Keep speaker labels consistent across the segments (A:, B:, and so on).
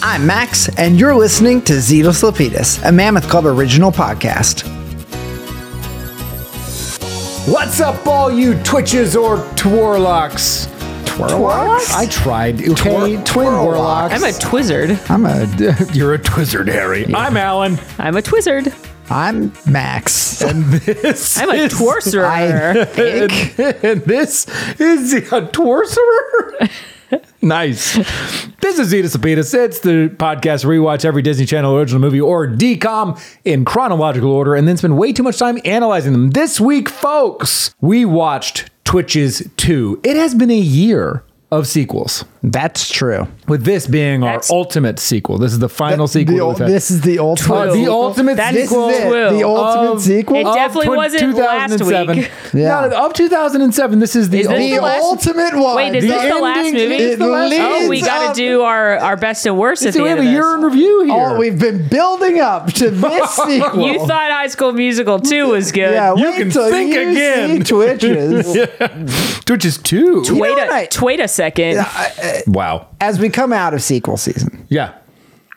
A: I'm Max, and you're listening to Zetas Lapidus, a Mammoth Club original podcast.
B: What's up, all you Twitches or Twarlocks?
A: Twirlocks?
B: I tried. Okay,
A: Twir-
B: twin
A: Twirlocks.
B: Warlocks.
C: I'm a Twizzard.
A: I'm a.
B: You're a Twizzard, Harry. I'm Alan.
C: I'm a Twizzard.
A: I'm Max. I
B: This
C: I'm a
B: is-
C: Tworcerer.
A: think.
B: and this is a Tworcerer. nice. This is Zetas Apetus. It's the podcast where we watch every Disney Channel original movie or DCOM in chronological order and then spend way too much time analyzing them. This week, folks, we watched Twitches 2. It has been a year of sequels.
A: That's true.
B: With this being
C: That's-
B: our ultimate sequel, this is the final
A: The
B: sequel.
A: ul-
B: we've had.
A: this is Oh, the ultimate.
B: Uh, the
A: sequel.
B: ultimate
C: That
A: This is
B: sequel.
A: it,
C: Will
A: The ultimate
B: of-
A: sequel.
C: It
B: of
C: definitely
B: tw-
C: wasn't last
B: 2007.
C: week.
A: Yeah.
B: Not of 2007. This is the,
C: Is this
B: only-
A: the
C: the last-
A: ultimate one.
C: Oh, Wait, is
B: The
C: this the last
B: ending
C: movie?
B: is
A: the
C: oh, we
A: leads
C: gotta
A: up-
C: do our, our best and worst at
B: So
C: the
B: we
C: end
B: have
C: of
B: a
C: this.
B: year in review here.
A: all we've been building up to this sequel.
C: you thought High School Musical 2 was good.
A: yeah,
B: You
A: wait
B: can
A: till
B: think
A: you
B: again.
A: See twitches.
B: Which is two.
C: Wait
A: know
C: a
A: what I-
C: wait a second.
B: Wow.
A: As we come out of sequel season,
B: Yeah.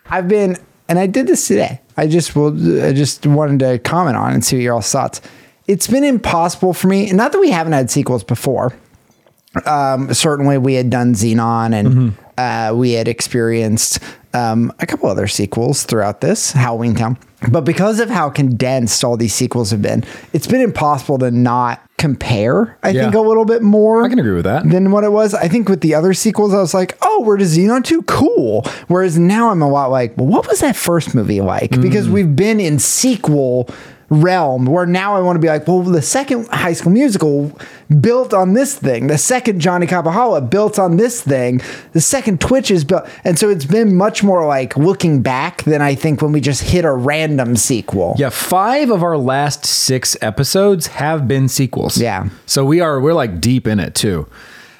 A: I've been, and I did this today. I just will. I just wanted to comment on and see what your all's thoughts. It's been impossible for me. Not that we haven't had sequels before. Um, certainly, we had done Xenon, and
B: Mm-hmm.
A: uh, we had experienced um, a couple other sequels throughout this Halloween Town. But because of how condensed all these sequels have been, it's been impossible to not compare. I
B: Yeah.
A: think a little bit more.
B: I can agree with that.
A: Than what it was. I think with the other sequels, I was like, oh, we're to Xenon 2? Cool. Whereas now I'm a lot like, well, what was that first movie like? Because we've been in sequel realm where now I want to be like, well, the second high school musical built on this thing. The second Johnny Capahala built on this thing. The second Twitch is built. And so it's been much more like looking back than I think when we just hit a random sequel.
B: Yeah. Five of our last six episodes have been sequels.
A: Yeah.
B: So we are we're like deep in it too.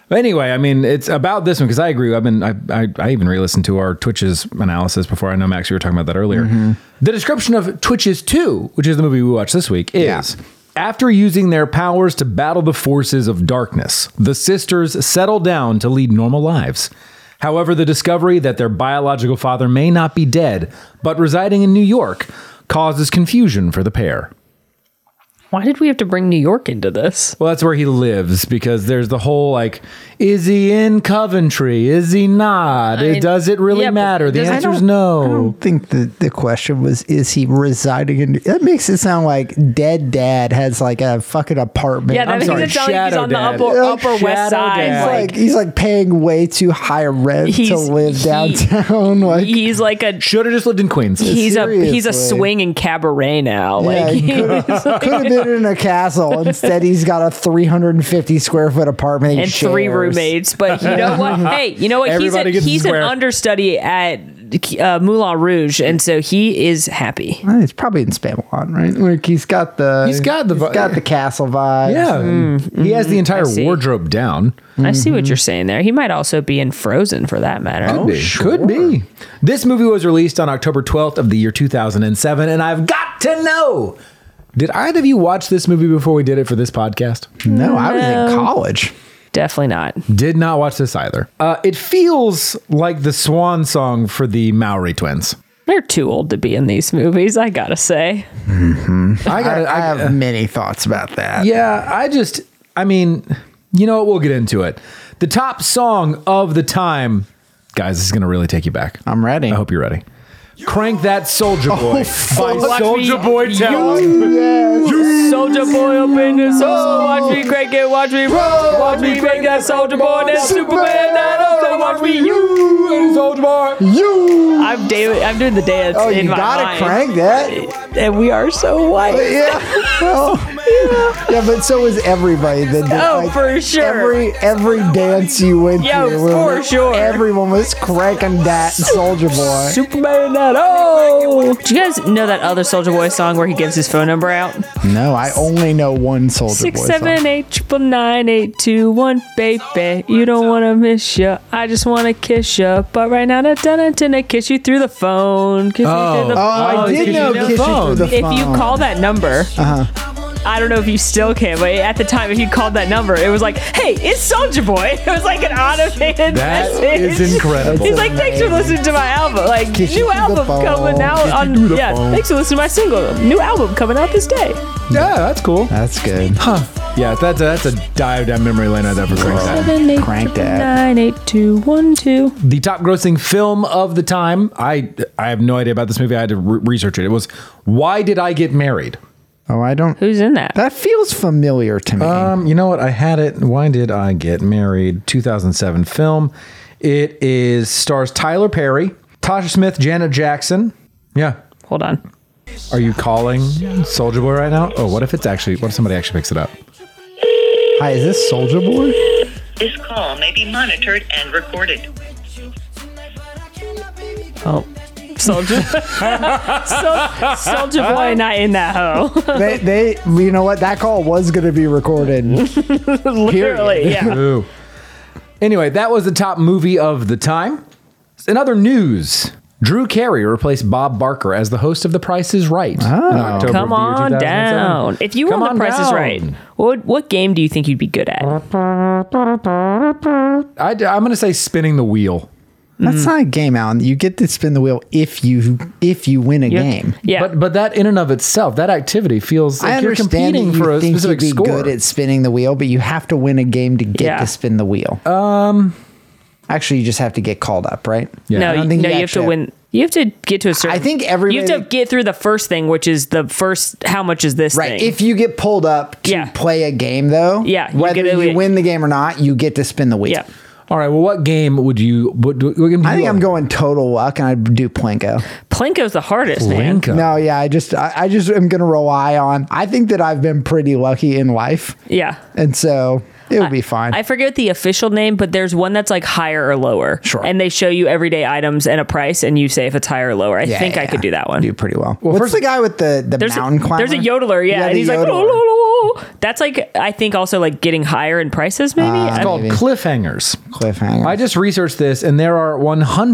B: But anyway, I mean, it's about this one because I agree. I've been I, I, I even re-listened to our Twitches analysis before. I know Max, you were talking about that earlier. The description of Twitches Two, which is the movie we watched this week, is. After using their powers to battle the forces of darkness, the sisters settle down to lead normal lives. However, the discovery that their biological father may not be dead, but residing in New York, causes confusion for the pair.
C: Why did we have to bring New York into this?
B: Well, that's where he lives because there's the whole like, is he in Coventry? Is he not?
C: I-
B: Does it really
C: yeah, but
B: matter? The
C: does- I
B: answer is
C: don't-
A: I
B: no.
A: don't think the, the question was is he residing in that makes it sound like dead dad has like a fucking apartment.
C: Yeah, that
B: I'm
C: makes
B: sorry,
C: it sound like he's
B: Shadow
C: on
B: Dad.
C: the upper,
A: Yeah,
C: upper
B: Shadow Dad.
C: west side.
A: he's
C: Like,
A: like he's like paying way too high a rent to
C: He's-
A: live
C: he-
A: downtown. Like
C: he's like a
B: Should have just lived in Queens.
C: he's a he's a
A: Seriously.
C: swinging cabaret now.
A: yeah,
C: Like
A: could have been in a castle. Instead, he's got a 350 square foot apartment he
C: and three
A: shares.
C: roommates. But you know what? Hey, you know what? He's, a,
B: Everybody gets a
C: he's an
B: square.
C: understudy at uh, Moulin Rouge, and so he is happy.
A: Eh, It's probably in Spamalot, right? Like he's got the
B: He's got the
A: he's
B: vi-
A: got the castle vibe.
B: yeah, he has the entire
C: Mm-hmm. see.
B: wardrobe down.
C: I see what you're saying there. He might also be in Frozen for that matter.
B: Could be. Could be. This movie was released on October 12th of the year 2007, and I've got to know. Did either of you watch this movie before we did it for this podcast?
A: No, I was in college.
C: Definitely not.
B: Did not watch this either. Uh, it feels like the swan song for the Maori twins.
C: They're too old to be in these movies, I gotta say.
B: I got.
A: I, I
B: I, uh,
A: have many thoughts about that.
B: yeah, I just. I mean, you know what? We'll get into it. The top song of the time, guys. This is gonna really take you back.
A: I'm ready. Oh,
B: I hope you're ready. Crank that soldier boy by
C: fuck
B: soldier
C: me.
B: boy Talent.
C: Soldier boy up in the soul. Watch me crank it, watch me roll. Watch me crank that soldier boy, that Superman, that other. Watch me you.
B: soldier boy.
A: You.
C: I'm David. I'm doing the dance
A: Oh,
C: in
A: you
C: my
A: gotta
C: mind.
A: crank that.
C: And we are so white.
A: Yeah. Oh. yeah, but so is everybody. That did,
C: Oh, for sure.
A: Every every dance you went
C: Yeah,
A: to,
C: for sure.
A: Everyone was cranking that soldier boy.
C: Superman that oh. Do you guys know that other Soldier Boy song where he gives his phone number out?
A: No, I only know one soldier
C: Six
A: boy.
C: seven
A: song.
C: eight triple nine eight two one, baby. You don't wanna miss ya. I just wanna kiss ya. But right now, I done intend to kiss you through the phone. Kiss you
B: Oh.
C: through the
A: Oh, I
B: Oh,
C: phone.
B: it's
A: did
B: 'cause
A: know
B: you know
A: Kiss You
B: phone.
A: Through the
C: If you
A: Phone.
B: Uh-huh.
C: call that number, I don't know if you still can, but at the time, if you called that number, it was like, "Hey, it's Soldier Boy." It was like an automated
B: That
C: message.
B: is incredible.
C: He's like, "Thanks for listening to my album. Like
A: Kiss you
C: new
A: through the
C: album
A: phone.
C: coming out
A: Kiss you
C: on
B: through the
C: yeah.
B: phone."
C: Thanks for listening to my single. New album coming out this day."
B: Yeah, that's cool.
A: That's good.
B: Huh. Yeah, that's a, that's a dive down memory lane I'd ever crank that.
C: Seven eight
A: Crank
C: triple
A: that.
C: nine eight two one two.
B: The top grossing film of the time. I I have no idea about this movie. I had to re- research it. It was Why Did I Get Married?
A: Oh, I don't.
C: Who's in that?
A: That feels familiar to me.
B: Um, you know what? I had it. Why did I get married? 2007 film. It is stars Tyler Perry, Tasha Smith, Janet Jackson. Yeah.
C: Hold on.
B: Are you calling Soldier Boy right now? Oh, what if it's actually? What if somebody actually picks it up?
A: Hi, is this Soldier Boy?
D: This call may be monitored and recorded.
C: Oh. Soldier, Sol- Soldier Boy, not in that hoe.
A: They, they, you know what? That call was going to be recorded.
C: Literally, yeah.
B: Ooh. Anyway, that was the top movie of the time. In other news, Drew Carey replaced Bob Barker as the host of The Price is Right. in October of
C: Oh. Come
B: the year
C: on
B: 2007.
C: down. If you were
B: Come
C: on
B: on
C: The Price is
B: down.
C: Right, what what game do you think you'd be good at?
B: I, am going to say spinning the wheel.
C: Mm.
A: That's not a game, Alan. You get to spin the wheel if you if you win a game.
C: Yeah.
B: But but that in and of itself, that activity feels like
A: I
B: you're
A: understand
B: competing
A: that you
B: for a
A: think you'd
B: specific
A: be
B: score.
A: good at spinning the wheel, but you have to win a game to get
C: Yeah.
A: to spin the wheel. Um, actually, you just have to get called up, right?
B: Yeah.
C: No,
A: I don't
C: you,
A: think
C: no,
A: you
C: you have to
A: actually-
C: win. You have to get to a certain.
A: I think everybody-
C: You have to get through the first thing, which is the first. How much is this
A: Right.
C: thing?
A: If you get pulled up to
C: Yeah.
A: play a game, though,
C: Yeah, you
A: whether
C: get a-
A: you win the game or not, you get to spin the wheel.
C: yeah.
B: All right. Well, what game would you? What, do- what game do
A: I
B: you
A: think
B: like?
A: I'm going total luck, and I do Plinko.
C: Plinko's the hardest, man.
B: Blanca.
A: No, yeah, I just, I, I just am going to rely on. I think that I've been pretty lucky in life,
C: Yeah.
A: and so it would be fine.
C: I forget the official name, but there's one that's like higher or lower.
A: Sure.
C: And they show you everyday items and a price, and you say if it's higher or lower. I
A: Yeah,
C: think
A: yeah,
C: I could
A: yeah.
C: do that one.
A: Do pretty well. What's
B: first-
A: the guy with the the
C: there's
A: mountain
C: a,
A: climber?
C: there's a yodeler, yeah, and
A: the
C: he's like,
A: yodeler.
C: "Oh, lo, lo, lo." that's like I think also like getting higher in prices, maybe.
A: Uh,
C: I-
B: It's called cliffhangers.
C: oh."
A: cliffhanger.
B: I just researched this, and there are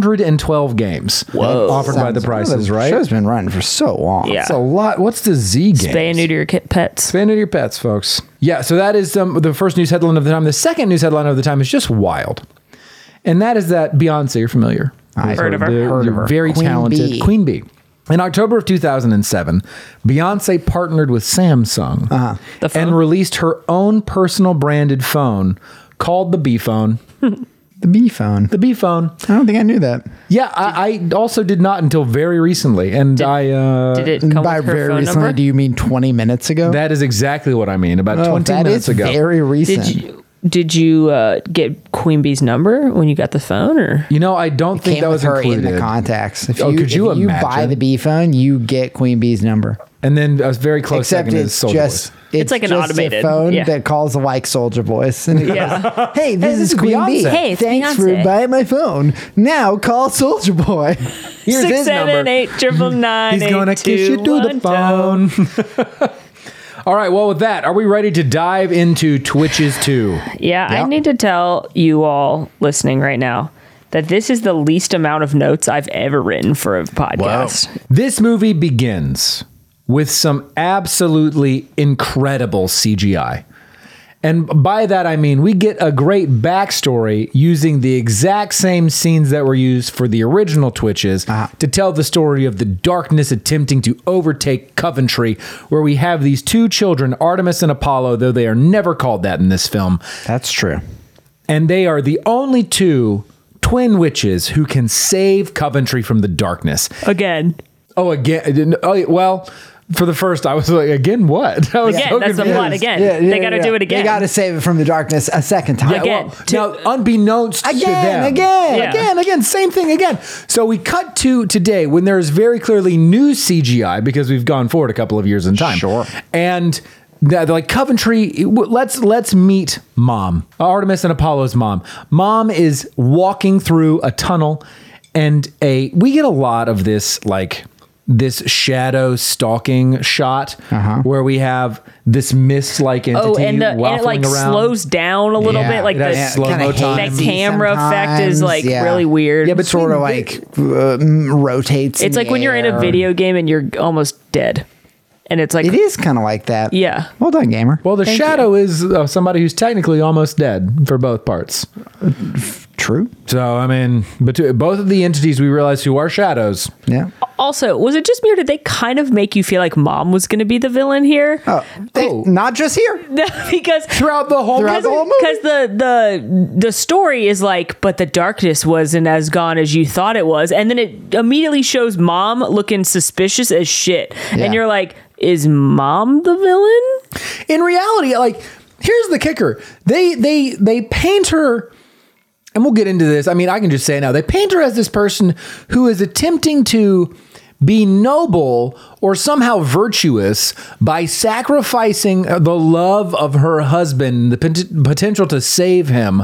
B: 112 games offered by the
A: Sounds- oh,
B: prices.
A: the
B: Right?
A: Show's been running for so long.
C: Yeah.
B: That's a lot. What's the Z game?
C: spay and neuter your ki- pets.
B: Spay and neuter your pets, folks. Yeah, so that is um, the first news headline of the time. The second news headline of the time is just wild. And that is that Beyonce, you're familiar. I
C: heard of her.
A: Heard of her.
B: Very
A: Queen
B: talented.
A: Bee.
B: Queen Bee. In October of 2007, Beyonce partnered with Samsung
A: Uh-huh.
C: The phone?
B: and released her own personal branded phone called the B Phone.
A: The B phone.
B: The B Phone.
A: I don't think I knew that.
B: Yeah, I, I also did not until very recently. And I. Uh,
C: Did it come
A: By
C: with her
A: very
C: phone
A: recently,
C: number?
A: do you mean 20 minutes ago?
B: that oh, is exactly what I mean. About 20
A: Oh, that
B: minutes
A: is
B: ago.
A: very recent.
C: Did you did you uh, get Queen Bee's number when you got the phone, or
B: You know, I don't think
A: Came
B: that
A: with
B: was
A: her
B: included.
A: in the contacts. If you,
B: Oh, could you
A: if you buy
B: imagine?
A: the B phone, you get Queen Bee's number.
B: and then a very close
A: Except
B: second is
A: it's
B: Soulja
A: just
B: Boys.
C: It's like an
A: just a
C: automated-
A: phone
C: yeah.
A: that calls like Soldier Boys. And it
C: yeah,
A: goes, hey, this
B: this
A: is
B: is
A: Queen Bee.
B: Beyonce.
C: Hey, it's
A: thanks
C: Beyonce."
A: for buying my phone. Now call Soldier Boy.
B: Here's
C: six
B: his
C: seven
B: number.
C: eight triple nine.
B: He's gonna kiss you through the phone. All right. Well, with that, are we ready to dive into Twitches too?
C: Yeah,
A: Yeah.
C: I need to tell you all listening right now that this is the least amount of notes I've ever written for a podcast.
B: This movie begins with some absolutely incredible CGI. And by that, I mean we get a great backstory using the exact same scenes that were used for the original Twitches to tell the story of the darkness attempting to overtake Coventry, where we have these two children, Artemis and Apollo, though they are never called that in this film.
A: That's true.
B: And they are the only two twin witches who can save Coventry from the darkness.
C: Again,
B: Oh, again. Oh, well, for the first, I was like, again, what? I was
C: Again,
B: so
C: that's the
B: confused.
C: plot again. they got to do it again.
A: They got to save it from the darkness a second time.
C: Yeah, well, Again. To-
B: now, unbeknownst to
A: again,
B: them,
A: again.
C: Yeah.
B: again, again, same thing again. So we cut to today when there is very clearly new CGI because we've gone forward a couple of years in time.
A: Sure.
B: and. They're like Coventry. w- Let's let's meet Mom, Artemis and Apollo's mom. Mom is walking through a tunnel, and a we get a lot of this like this shadow stalking shot where we have this mist like entity
C: oh, and the and
B: waffling
C: it like
B: around.
C: slows down a little
B: Yeah,
C: bit, like
B: it has
C: the
B: slow
A: Kinda
B: mo
A: hazy
B: time.
C: that camera effect is
A: sometimes,
C: like
A: yeah.
C: really weird.
B: Yeah, but
A: sort of
B: between
A: like uh, mm, rotates.
C: it's
A: in
C: like
A: the
C: when you're in a
A: air.
C: video game and you're almost dead. and it's like
A: It is kind of like that.
C: Yeah.
A: Well done, gamer.
B: Well, the
C: Thank
B: shadow is uh, somebody who's technically almost dead for both parts.
A: True.
B: So, I mean, but to- both of the entities we realize who are shadows.
A: Yeah.
C: Also, was it just me or did they kind of make you feel like mom was going to be the villain here?
A: Oh, they-
B: Oh.
A: not just here.
C: because
B: Throughout the whole
A: Throughout the whole movie.
C: because the the the story is like, but the darkness wasn't as gone as you thought it was, and then it immediately shows mom looking suspicious as shit,
A: Yeah.
C: and you're like, is mom the villain?
B: in reality like here's the kicker they they they paint her and we'll get into this i mean i can just say it now they paint her as this person who is attempting to be noble or somehow virtuous by sacrificing uh, the love of her husband the pot- potential to save him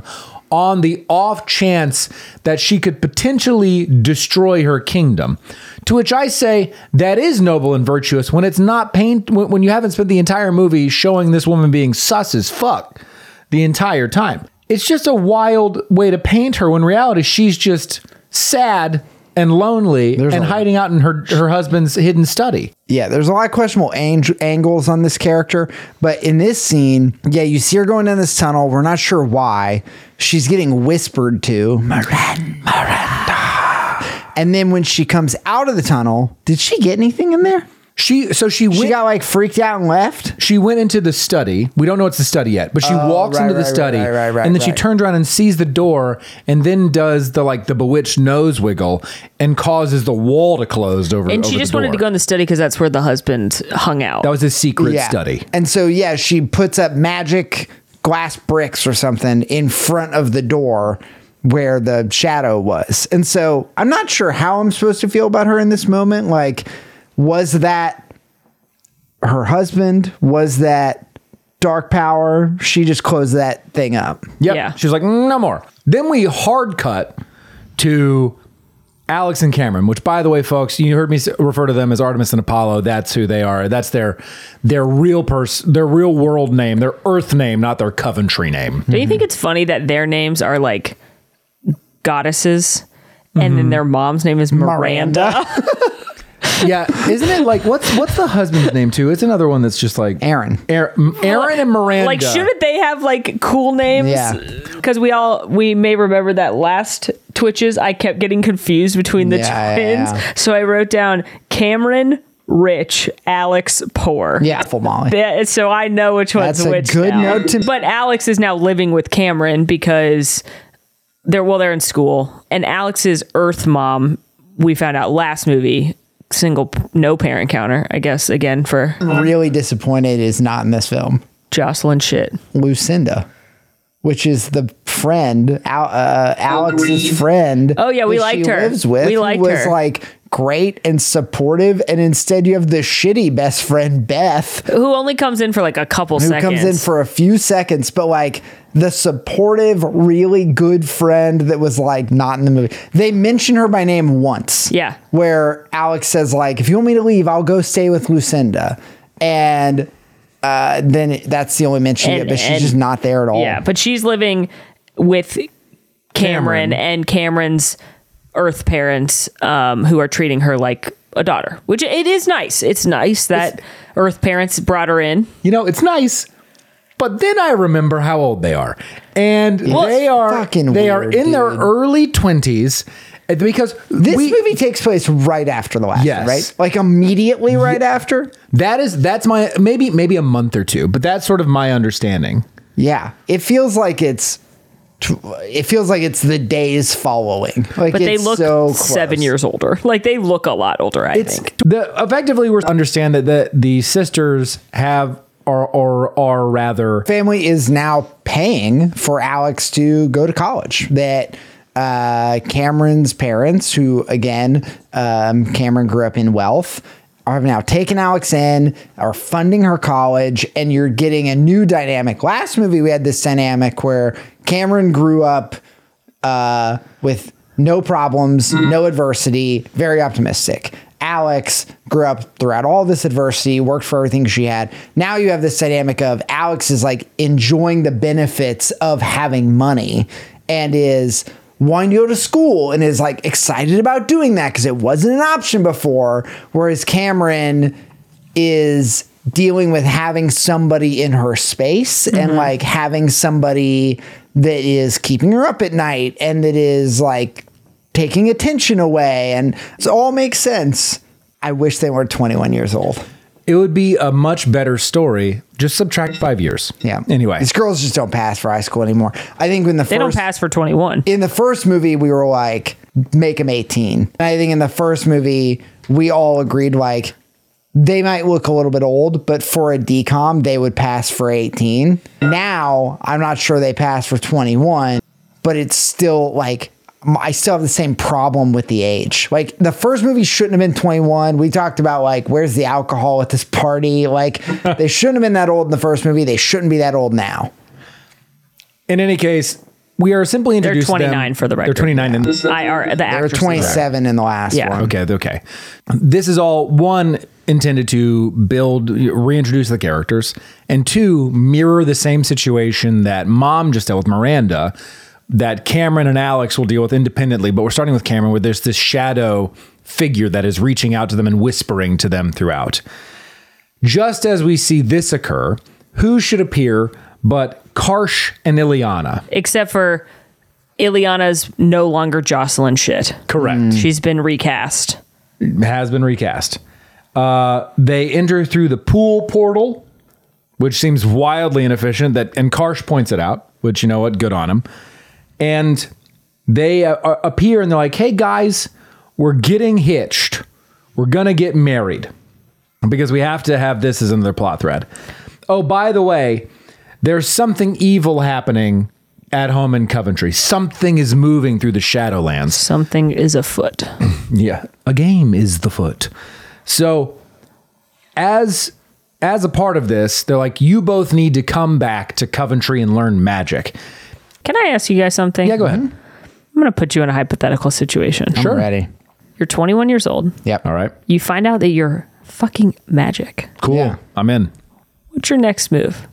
B: on the off chance that she could potentially destroy her kingdom. To which I say that is noble and virtuous when it's not paint when, when you haven't spent the entire movie showing this woman being sus as fuck the entire time. It's just a wild way to paint her when in reality she's just sad and lonely
A: There's
B: and
A: a-
B: hiding out in her her husband's hidden study.
A: Yeah, there's a lot of questionable ang- angles on this character, but in this scene, yeah, you see her going down this tunnel. We're not sure why. She's getting whispered to. Miranda. And then when she comes out of the tunnel, did she get anything in there?
B: She so she went
A: She got like freaked out and left.
B: she went into the study. We don't know it's the study yet, but she walks
A: Oh, right,
B: into the
A: right, right,
B: study,
A: right, right, right,
B: and then she
A: right.
B: turns around and sees the door, and then does the like the bewitched nose wiggle and causes the wall to close over.
C: And she
B: over
C: just
B: the
C: wanted to go
B: door.
C: in the study because that's where the husband hung out.
B: That was his secret
A: yeah.
B: study.
A: And so yeah, she puts up magic glass bricks or something in front of the door where the shadow was. And so I'm not sure how I'm supposed to feel about her in this moment. Like, was that her husband? Was that dark power? She just closed that thing up.
B: Yep.
C: Yeah.
B: She's like, no more. Then we hard cut to Alex and Cameron, which, by the way, folks, you heard me s- refer to them as Artemis and Apollo. That's who they are. That's their their real person, their real world name, their Earth name, not their Coventry name.
C: Don't you think it's funny that their names are like goddesses? And
A: Mm-hmm.
C: then their mom's name is Miranda.
B: Yeah, isn't it like what's what's the husband's name too? It's another one that's just like
A: Aaron.
B: Aaron, Aaron and Miranda.
C: Like, shouldn't they have like cool names?
A: Yeah.
C: Because we all we may remember that last Twitches, I kept getting confused between the
A: Yeah, yeah,
C: twins,
A: yeah.
C: so I wrote down Cameron, Rich, Alex, Poor.
A: Yeah, full Molly.
C: That- so I know which one's
A: That's a
C: which.
A: good
C: now.
A: note to-
C: But Alex is now living with Cameron because they're well, they're in school, and Alex's Earth mom. We found out last movie single p- no parent counter. I guess again for
A: really disappointed is not in this film.
C: Jocelyn shit.
A: Lucinda, which is the friend, Al, uh, Alex's friend.
C: Oh, yeah, we
A: that
C: liked
A: she
C: her.
A: Lives with.
C: We
A: who
C: liked
A: was
C: her.
A: like great and supportive, and instead you have the shitty best friend Beth, who
C: who only comes in for like a couple seconds.
A: comes in for a few seconds, but like the supportive, really good friend that was like not in the movie. They mention her by name once.
C: Yeah.
A: where Alex says like, "If you want me to leave, I'll go stay with Lucinda," and. Uh, then it- that's the only mention you
C: And-
A: get, but she's
C: and-
A: just not there at all.
C: yeah, but she's living with Cameron,
B: Cameron.
C: and Cameron's Earth parents, um, who are treating her like a daughter, which it is nice. It's nice that Earth parents brought her in.
B: you know? It's nice, but then I remember how old they are, and they are
A: fucking
B: they are in
A: weird,
B: their
A: dude.
B: early twenties because
A: This
B: we-
A: movie takes place right after the last,
B: Yes.
A: one, right? Like immediately right after.
B: that is that's my maybe maybe a month or two, but that's sort of my understanding.
A: Yeah, it feels like it's. tw- It feels like it's the days following. Like,
C: But they
A: it's
C: look
A: so close.
C: seven years older. Like they look a lot older. I
B: It's
C: think.
B: the effectively we understand that the, the sisters have or or are rather
A: Family is now paying for Alex to go to college. That uh, Cameron's parents, who again, um, Cameron grew up in wealth, are now taking Alex in, are funding her college, and you're getting a new dynamic. Last movie, we had this dynamic where Cameron grew up uh, with no problems, no adversity, very optimistic. Alex grew up throughout all this adversity, worked for everything she had. Now you have this dynamic of Alex is like enjoying the benefits of having money and is wanting to go to school and is like excited about doing that because it wasn't an option before. Whereas Cameron is dealing with having somebody in her space
C: Mm-hmm.
A: and like having somebody that is keeping her up at night and that is like taking attention away and it all makes sense. I wish they were 21 years old.
B: It would be a much better story. Just subtract five years.
A: Yeah.
B: Anyway,
A: these girls just don't pass for high school anymore. I think when the
C: They do don't
A: first
C: pass for 21.
A: in the first movie we were like make them 18 and i think in the first movie we all agreed like they might look a little bit old but for a decom they would pass for 18 now i'm not sure they pass for 21 but it's still like m- I still have the same problem with the age. Like the first movie shouldn't have been 21. We talked about like where's the alcohol at this party? Like they shouldn't have been that old in the first movie. They shouldn't be that old now.
B: in any case, we are simply introduced. to them-
C: 29 for the record.
B: They're 29 and
C: I are the
A: They were
C: actresses.
A: 27 in the last
C: Yeah.
A: one.
B: Okay, okay. This is all one intended to build, reintroduce the characters, and two mirror the same situation that Mom just dealt with Miranda, that Cameron and Alex will deal with independently. But we're starting with Cameron, where there's this shadow figure that is reaching out to them and whispering to them throughout. Just as we see this occur, who should appear but Karsh and Ileana?
C: Except for Ileana's no longer Jocelyn shit.
B: Correct.
C: She's been recast.
B: has been recast. Uh, they enter through the pool portal, which seems wildly inefficient. That and Karsh points it out, which you know what, good on him. And they uh, uh, appear and they're like, "Hey guys, we're getting hitched. We're gonna get married because we have to have this as another plot thread." Oh, by the way, there's something evil happening at home in Coventry. Something is moving through the Shadowlands.
C: Something is afoot.
B: Yeah. A game is the foot. So as as a part of this, they're like, you both need to come back to Coventry and learn magic.
C: Can I ask you guys something?
B: Yeah, go ahead.
C: I'm going to put you in a hypothetical situation.
B: Sure.
A: Mm-hmm. Ready.
C: You're 21 years old.
A: Yep.
B: All right.
C: You find out that you're fucking magic.
B: Cool.
A: Yeah.
B: I'm in.
C: What's your next move?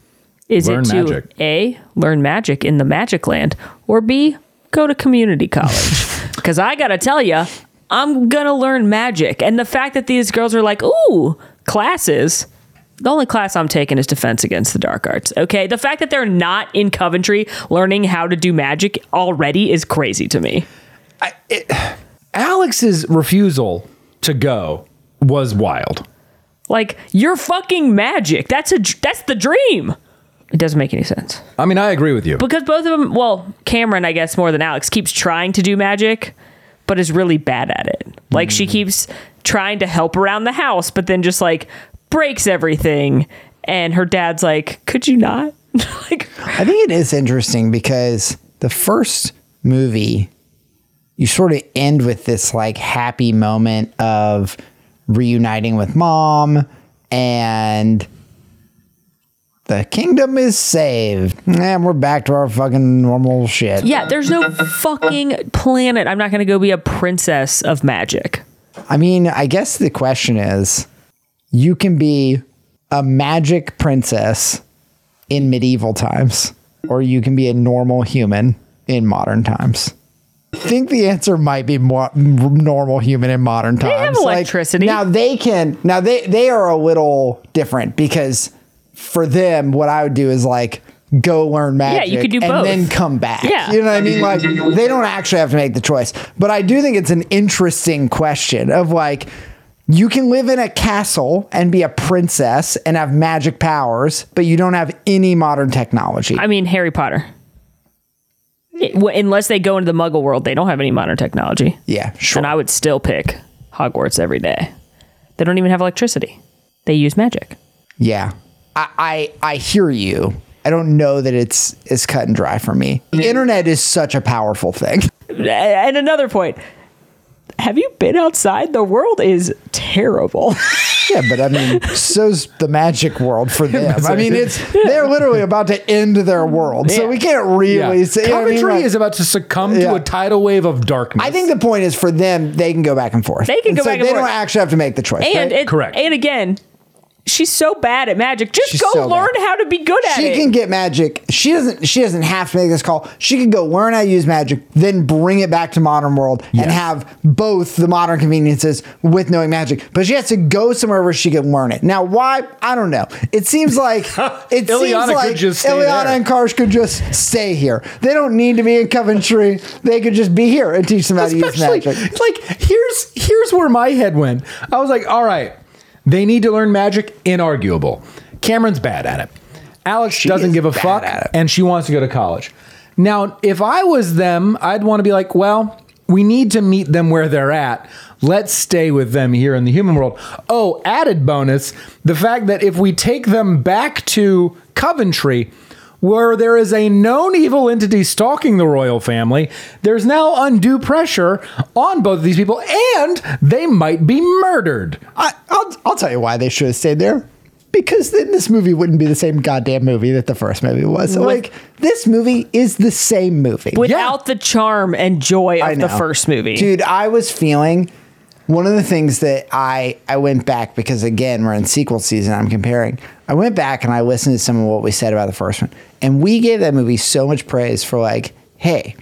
C: Is
B: Learn
C: it to
B: magic.
C: A, learn magic in the magic land, or B, go to community college? Because I got to tell you, I'm going to learn magic. And the fact that these girls are like, ooh, classes. The only class I'm taking is Defense Against the Dark Arts. Okay. The fact that they're not in Coventry learning how to do magic already is crazy to me.
B: Alex's refusal to go was wild.
C: Like, you're fucking magic. That's a dr- that's the dream. It doesn't make any sense.
B: I mean, I agree with you.
C: because both of them well cameron i guess more than alex keeps trying to do magic but is really bad at it like she keeps trying to help around the house but then just like breaks everything and her dad's like could you not like
A: I think it is interesting because the first movie, you sort of end with this like happy moment of reuniting with mom and the kingdom is saved. And we're back to our fucking normal shit.
C: yeah there's no fucking planet i'm not gonna go be a princess of magic
A: I mean, I guess the question is you can be a magic princess in medieval times, or you can be a normal human in modern times. I think the answer might be more normal human in modern times.
C: have
A: Like,
C: electricity.
A: now they can now they they are a little different because for them what I would do is like go learn magic
C: you could do
A: and
C: both.
A: then come back.
C: Yeah.
A: You know what I mean? Like they don't actually have to make the choice. But I do think it's an interesting question of like you can live in a castle and be a princess and have magic powers, but you don't have any modern technology.
C: i mean harry potter It- w- unless they go into the muggle world they don't have any modern technology
A: yeah, sure.
C: and I would still pick Hogwarts every day. They don't even have electricity. They use magic.
A: Yeah. I, I I hear you. I don't know that it's it's cut and dry for me. The internet is such a powerful thing.
C: And another point. Have you been outside? The world is terrible.
A: Yeah, but I mean, so's the magic world for them. I mean, it's they're literally about to end their world, so we can't really say. you know what I mean?
B: Coventry
A: Like,
B: is about to succumb
A: Yeah.
B: to a tidal wave of darkness.
A: I think the point is for them, they can go back and forth.
C: They can
A: And
C: go
A: so
C: back and
A: they
C: forth.
A: don't actually have to make the choice.
C: And
A: right?
C: it,
B: Correct.
C: And again, she's so bad at magic. Just
A: She's
C: go
A: so
C: learn
A: bad.
C: how to be good at
A: she
C: it.
A: can get magic. She doesn't. She doesn't have to make this call. She can go learn how to use magic, then bring it back to modern world and have both the modern conveniences with knowing magic. But she has to go somewhere where she can learn it. Now, why? I don't know. It seems like it seems
B: Ileana could
A: like
B: just stay
A: Ileana
B: there.
A: and Karsh could just stay here. They don't need to be in Coventry. They could just be here and teach them how to use
B: Especially,
A: magic.
B: like here's here's where my head went. I was like, all right, they need to learn magic. Inarguable. Cameron's bad at it. Alex doesn't
A: is
B: give a
A: bad
B: fuck,
A: at it.
B: and she wants to go to college. Now, if I was them, I'd want to be like, well, we need to meet them where they're at. Let's stay with them here in the human world. Oh, added bonus the fact that if we take them back to Coventry, where there is a known evil entity stalking the royal family, there's now undue pressure on both of these people, and they might be murdered.
A: I, I'll I'll tell you why they should have stayed there. Because then this movie wouldn't be the same goddamn movie that the first movie was. So, like this movie is the same movie.
C: Without the charm and joy
A: I
C: of the
A: know.
C: first movie.
A: Dude, I was feeling one of the things that I I went back because again we're in sequel season. I'm comparing. I went back and I listened to some of what we said about the first one, and we gave that movie so much praise for like, hey,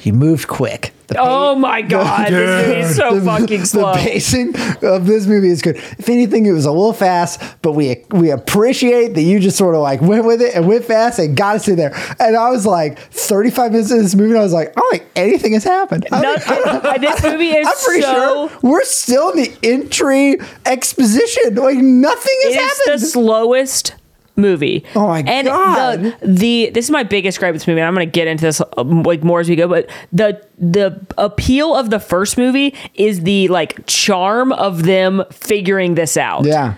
A: he moved quick. The
C: Oh my god, this movie is so fucking slow.
A: The pacing of this movie is good. If anything, it was a little fast, but we we appreciate that you just sort of like went with it and went fast and got us in there. And I was like, 35 minutes into this movie, and I was like, I don't think anything has happened. I
C: No,
A: don't think-
C: this movie is
A: I'm pretty
C: so.
A: sure we're still in the entry exposition. Like nothing has
C: It is the
A: happened.
C: slowest movie.
A: Oh my
C: and
A: God.
C: The, the this is my biggest gripe with this movie. And I'm going to get into this um, like more as we go, but the the appeal of the first movie is the like charm of them figuring this out.
A: yeah.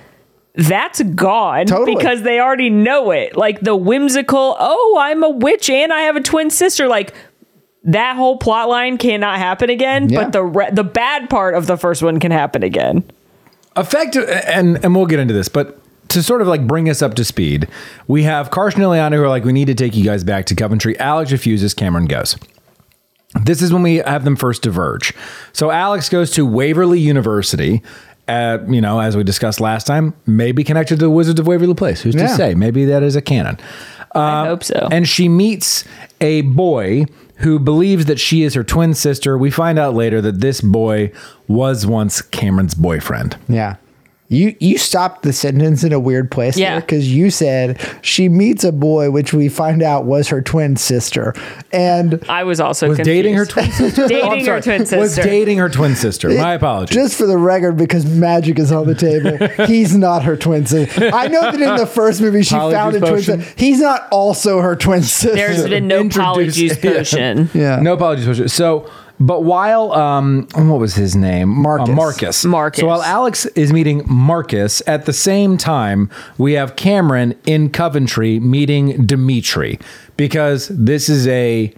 C: that's gone
A: Totally.
C: because they already know it. Like the whimsical, oh, I'm a witch and I have a twin sister. Like that whole plot line cannot happen again.
A: Yeah.
C: But the re- the bad part of the first one can happen again.
B: effective and and we'll get into this but to sort of like bring us up to speed we have Karsh and Ileana who are like we need to take you guys back to Coventry Alex refuses Cameron goes this is when we have them first diverge so Alex goes to Waverly University uh, you know, as we discussed last time, maybe connected to the Wizards of Waverly Place. Who's to
A: Yeah.
B: say? Maybe that is a canon.
C: I hope so.
B: And she meets a boy who believes that she is her twin sister. We find out later that this boy was once Cameron's boyfriend.
A: Yeah. You you stopped the sentence in a weird place
C: Yeah.
A: because you said she meets a boy which we find out was her twin sister. And
C: I was also
B: was dating her
C: confused.
B: twin sister. Oh,
C: Dating
B: I'm sorry.
C: her twin
B: Was
C: sister.
B: dating her twin sister. My apologies.
A: just for the record, because magic is on the table, he's not her twin sister. I know that in the first movie she
B: Apologies
A: found a twin
B: potion.
A: sister. He's not also her twin sister.
C: There's been no
B: Introduce-
C: apologies
B: yeah.
C: potion.
A: yeah.
B: No apologies. Fisher. So, but while um, what was his name?
A: Marcus.
B: Uh, Marcus.
C: Marcus.
B: So while Alex is meeting Marcus, at the same time we have Cameron in Coventry meeting Dimitri because this is a.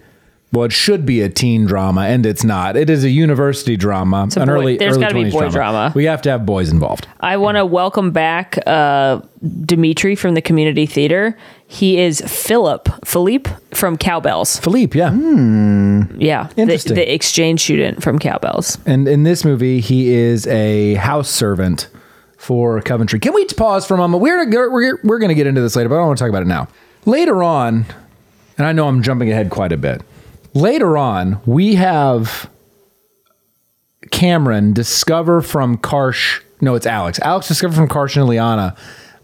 B: Well, it should be a teen drama, and it's not. It is a university drama,
C: a
B: an
C: boy-
B: early
C: there's
B: early
C: gotta be
B: 20s
C: boy
B: drama.
C: drama.
B: We have to have boys involved.
C: I want to welcome back uh, Dimitri from the community theater. He is Philip Philippe from Cowbells.
B: Philippe, yeah.
C: Yeah, the,
B: Interesting.
C: the exchange student from Cowbells.
B: And in this movie, he is a house servant for Coventry. Can we pause for a moment? We're we're, we're going to get into this later, but I don't want to talk about it now. Later on, and I know I'm jumping ahead quite a bit. Later on, we have Cameron discover from Karsh. No, it's Alex. Alex discovered from Karsh and Liana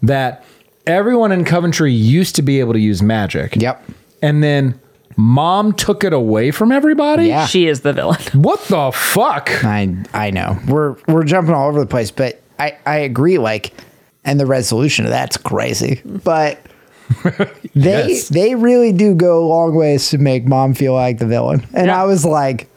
B: that everyone in Coventry used to be able to use magic.
A: Yep.
B: And then mom took it away from everybody.
A: Yeah.
C: She is the villain.
B: What the fuck?
A: I I know we're we're jumping all over the place, but I I agree. Like, and the resolution of that's crazy, but they
B: Yes.
A: they really do go long ways to make mom feel like the villain. And
C: Yeah.
A: I was like,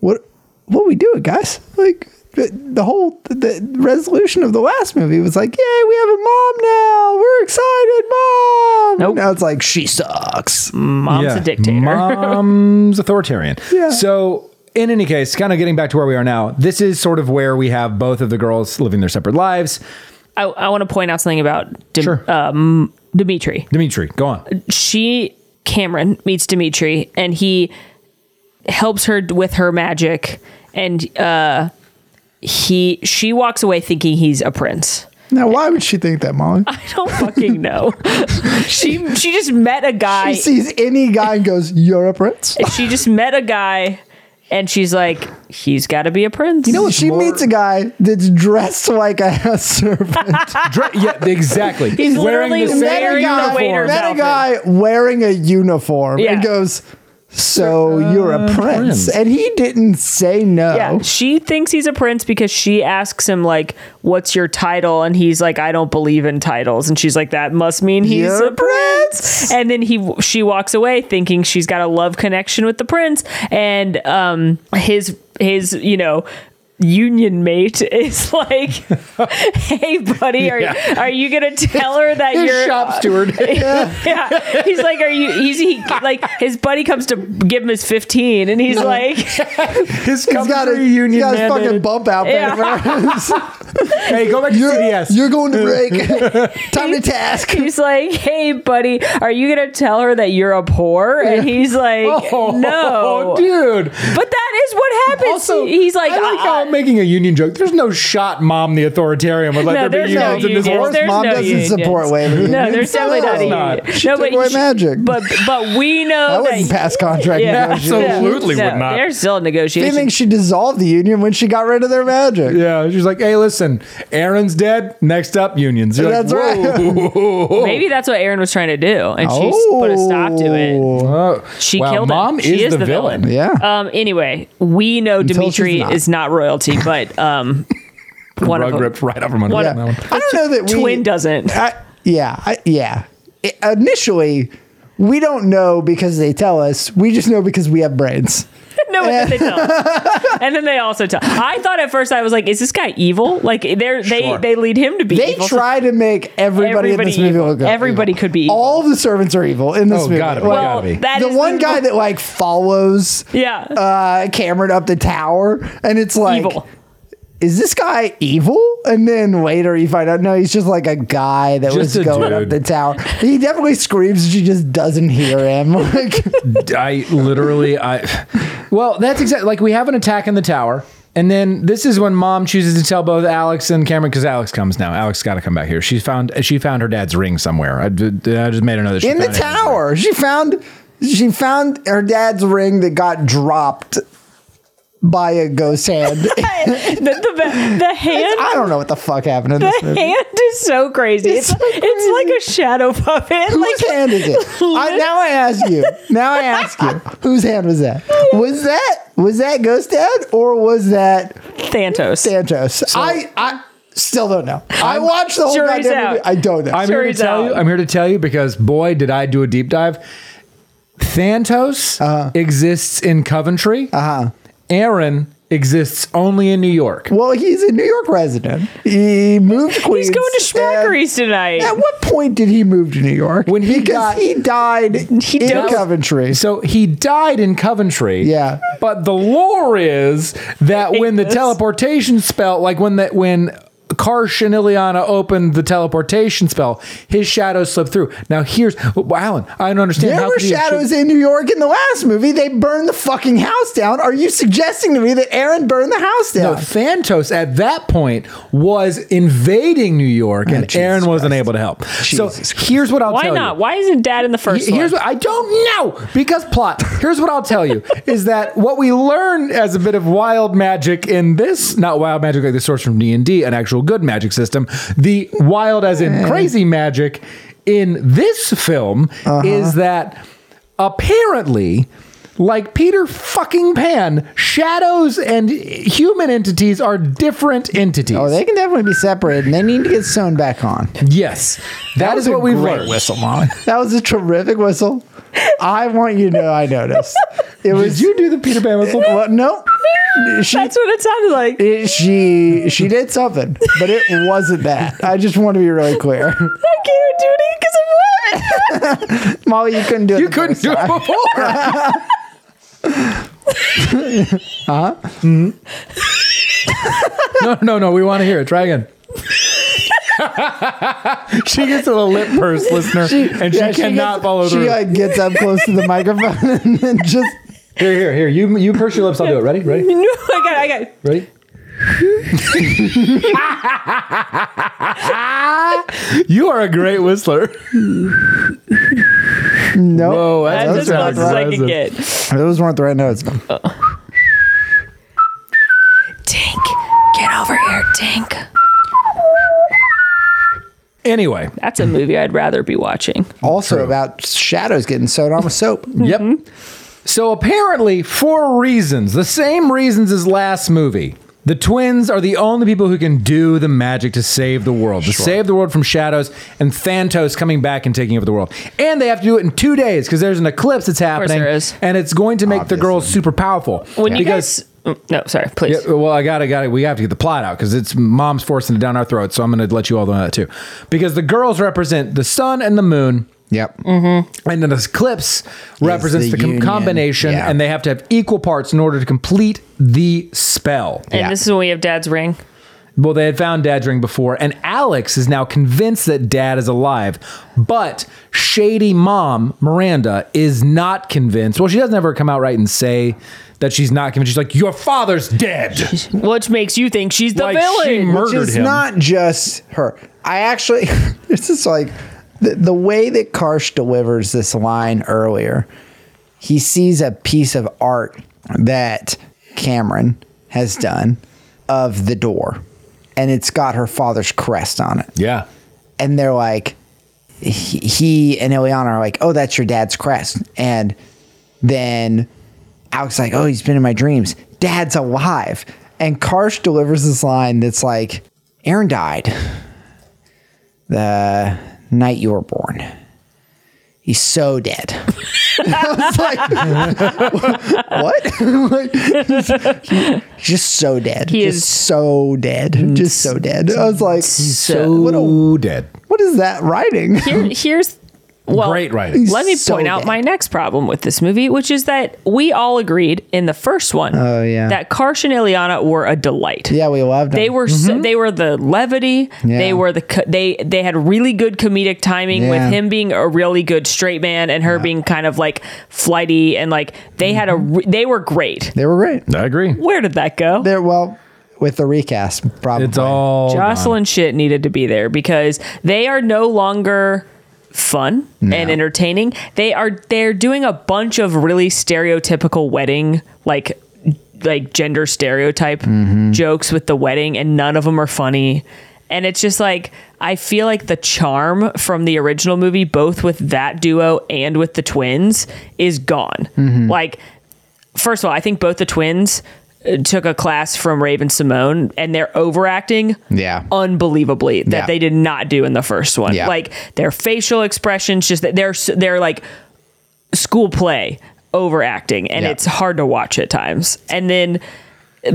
A: what what we doing, guys? Like. The the whole the resolution of the last movie was like, "Yay, we have a mom now! We're excited, mom!"
C: Nope.
A: Now it's like she sucks.
C: Mom's
B: Yeah.
C: a dictator.
B: Mom's authoritarian.
A: Yeah.
B: So, in any case, kind of getting back to where we are now, this is sort of where we have both of the girls living their separate lives.
C: I, I want to point out something about Dim-
B: Sure.
C: um, Dimitri.
B: Dimitri, go on.
C: She, Cameron, meets Dimitri and he helps her d- with her magic. And uh, he she walks away thinking he's a prince.
A: Now, why would she think that, Molly?
C: I don't fucking know. she she just met a guy.
A: She sees any guy and goes, "You're a prince."
C: she just met a guy, and she's like, he's got to be a prince. You
A: she meets a guy that's dressed like a servant.
B: Dre- yeah, exactly.
C: He's literally
A: Met a
C: wearing the
A: guy,
C: waiter's
A: met a
C: outfit.
A: guy wearing a uniform
C: Yeah.
A: and goes, "So you're a prince?"
B: prince.
A: And he didn't say no.
C: Yeah, she thinks he's a prince because she asks him like, "What's your title?" and he's like, "I don't believe in titles." And she's like, "That must mean he's
A: You're a
C: a prince."
A: prince.
C: And then he she walks away thinking she's got a love connection with the prince, and um his his you know. Union mate is like, hey buddy, are
B: Yeah.
C: are you gonna tell her that
B: His
C: you're
B: shop steward.
C: yeah. He's like, are you? He's he, like his buddy comes to give him his fifteen, and he's like,
B: His
A: He's got a, he's got his fucking bump out there.
B: Hey, go back to CDS.
A: You're going to break. Time to task.
C: he's like, hey buddy, are you gonna tell her that you're a whore? And he's like, no.
B: Oh, dude.
C: But that is what happens.
B: Also,
C: he's like,
B: I like
C: "Ah,
B: how I'm making a union joke. There's no shot, mom, the authoritarian would let
C: No,
B: there be
C: there's no
B: unions in this
C: union.
B: world.
C: There's
A: Mom
C: no
A: doesn't
C: unions.
A: support women.
C: no, there's definitely not a
B: not.
C: union.
A: She
C: No,
A: took
C: but
A: away
C: she-
A: magic.
C: But but we
A: I
C: know
A: wouldn't
C: that.
A: pass contract
C: Yeah.
A: negotiations.
B: Absolutely
C: No,
B: would not.
C: They're still in
A: They
C: negotiation.
A: think she dissolved the union when she got rid of their magic.
B: Yeah, she's like, hey, listen, Aaron's dead. Next up, unions. You're
A: That's
B: like, Whoa.
C: Maybe that's what Aaron was trying to do, and she put a stop to
A: Oh.
C: it. She
B: Wow,
C: killed
B: mom
C: him. She
B: is the villain.
A: Yeah.
C: Um. Anyway, we know Dimitri
A: she's not.
C: is not royalty, but um, one
B: Rug
C: of them,
B: ripped right up from under
C: One
B: that
C: of-
B: one.
A: I don't know that we.
C: twin doesn't.
A: I, yeah. I, yeah. I- initially, we don't know because they tell us. We just know because we have brains.
C: No, but then they tell. and then they also tell. I thought at first I was like, "Is this guy evil?" Like they're,
B: Sure.
C: they they lead him to be.
A: They
C: evil.
A: try to make everybody, in this movie
C: evil.
A: look
C: Everybody could be evil.
A: All the servants are evil in this
B: Oh,
A: movie.
B: gotta be.
C: well,
B: be.
C: that
A: the
C: is
A: one guy that like follows
C: Yeah.
A: uh Cameron up the tower and it's like
C: evil.
A: is this guy evil? And then later you find out no, he's just like a guy that
B: Just
A: was
B: a
A: going up
B: dude.
A: the tower. He definitely screams, she just doesn't hear him. Like
B: I literally, I. Well, that's exactly like we have an attack in the tower, and then this is when Mom chooses to tell both Alex and Cameron because Alex comes now. Alex got to come back here. She found she found her dad's ring somewhere. I, did- I just made another.
A: in the tower. She found she found her dad's ring that got dropped by a ghost hand.
C: the, the, the hand.
A: I don't know what the fuck happened in this
C: The
A: movie.
C: hand is so crazy. It's,
A: It's
C: it's,
A: so
C: like a shadow puppet.
A: Whose
C: like
A: hand is it? I, now I ask you. Now I ask you. Whose hand was that? Was that was that Ghost Dad or was that
C: Thanos.
A: Santos? I I still don't know. i watched the whole
C: Jury's
A: goddamn movie.
C: out.
A: I don't know.
B: I'm here to
C: Turns
B: tell
C: out.
B: you. I'm here to tell you because boy, did I do a deep dive. Thantos
A: Uh-huh.
B: exists in Coventry. Uh huh. Aaron exists only in New York.
A: well, he's a New York resident. He moved to Queens.
C: He's going to
A: and-
C: Schmackeries tonight.
A: At what point did he move to New York?
B: When he
A: because
B: got-
A: he died
C: He
A: in
C: died-
A: Coventry.
B: So he died in Coventry.
A: Yeah.
B: But the lore is that when the
C: this.
B: teleportation spell, like when that when Karsh and Ileana opened the teleportation spell, his shadow slipped through. Now here's well, Alan. I don't understand.
A: There
B: how
A: were
B: could he have-
A: shadows in New York in the last movie. They burned the fucking house down. Are you suggesting to me that Aaron burned the house
B: No,
A: down?
B: Phantos at that point was invading New York, and
A: Oh, Jesus
B: Aaron wasn't
A: Christ.
B: able to help.
A: Jesus
B: so here's what I'll
C: Why
B: tell you.
C: not? Why isn't Dad in the first
B: Here's
C: one?
B: what I don't know because plot. Here's what I'll tell you is that what we learn as a bit of wild magic in this, not wild magic like the source from D and D, an actual good magic system. The wild as in crazy magic in this film
A: Uh-huh.
B: is that apparently. Like Peter fucking Pan, shadows and human entities are different entities.
A: Oh, they can definitely be separated, and they need to get sewn back on.
B: yes, that
A: was
B: is
A: a
B: what we've
A: great
B: learned.
A: whistle, That was a terrific whistle. I want you to know I noticed. It
B: Did
A: was
B: you do the Peter Pan whistle?
A: well, no. She
C: That's what it sounded like.
A: it- she she did something, but it wasn't that. I just want to be really clear,
C: I can't do it because I'm wet.
A: Molly. You couldn't do it.
B: You
A: the
B: couldn't
A: first
B: do it
A: time.
B: before. Mm-hmm. No, no, no. We want to hear it. Try again. she gets a little lip purse, listener, and she
A: Yeah,
B: cannot
A: gets-
B: follow
A: She
B: through.
A: like gets up close to the microphone and then just
B: here, here, here. You, you purse your lips. I'll do it. Ready, ready,
C: No, I got, it, I got. it.
B: ready. You are a great whistler.
A: No,
B: Whoa,
C: That's as
A: are
C: close as I can
B: impressive.
C: get.
A: those weren't the right notes.
C: Tink, get over here, Tink.
B: Anyway,
C: That's a movie I'd rather be watching.
A: Also about shadows getting sewed on with soap.
B: yep.
C: Mm-hmm.
B: So apparently, for reasons, the same reasons as last movie, the twins are the only people who can do the magic to save the world, to save the world from shadows and Thantos coming back and taking over the world. And they have to do it in two days because there's an eclipse that's happening,
C: there is.
B: and it's going to make the girls super powerful.
C: When you guys, Mm, no, sorry, please.
B: Yeah, well, I got to, got to, we have to get the plot out because it's mom's forcing it down our throats. So I'm going to let you all know that too. Because the girls represent the sun and the moon,
A: Yep.
B: and then this eclipse represents
A: the
B: the, com-
A: union.
B: combination,
A: Yeah.
B: and they have to have equal parts in order to complete the spell.
C: and
A: yeah.
C: this is when we have Dad's ring.
B: Well, they had found Dad's ring before, and Alex is now convinced that Dad is alive, but shady mom Miranda is not convinced. Well, she doesn't ever come out right and say that she's not convinced. She's like, "Your father's dead."
C: Which makes you think she's the
B: Like, she
C: villain.
B: murdered
A: It's
B: him.
A: not just her. I actually, this is like the, the way that Karsh delivers this line earlier. He sees a piece of art that Cameron has done of the door, and it's got her father's crest on it.
B: yeah.
A: And they're like, he, he and Ileana are like, oh, that's your dad's crest. And then Alex is like, oh, he's been in my dreams. Dad's alive. And Karsh delivers this line that's like, Aaron died the night you were born. He's so dead. I was like, what? like, just, he- just so dead.
C: He
A: just
C: is- Mm.
A: so dead. Just so dead. I was like,
B: So
A: Uh, what, a-
B: dead.
A: what is that writing?
C: Here- here's well,
B: Great writing.
C: Let me
A: So
C: point out
A: bad.
C: my next problem with this movie, which is that we all agreed in the first one
A: yeah.
C: that Karsh and Ileana were a delight.
A: Yeah, we loved him.
C: They were so, they were the levity.
A: Mm-hmm. Yeah.
C: They were the co- they they had really good comedic timing
A: Yeah.
C: with him being a really good straight man and her being kind of like flighty and like they
A: Mm-hmm.
C: had a re- they were great.
A: They were great.
B: I agree.
C: Where did that go?
A: They're well with the recast, probably.
B: It's all
C: Jocelyn shit needed to be there because they are no longer fun and entertaining. They are they're doing a bunch of really stereotypical wedding like like gender stereotype jokes with the wedding and none of them are funny. And it's just like I feel like the charm from the original movie both with that duo and with the twins is gone. Like first of all, I think both the twins uh, took a class from Raven Simone and they're overacting
A: Yeah.
C: unbelievably that
A: Yeah.
C: they did not do in the first one.
A: Yeah.
C: Like their facial expressions just that they're s- they're like school play overacting and
A: Yeah.
C: it's hard to watch at times. And then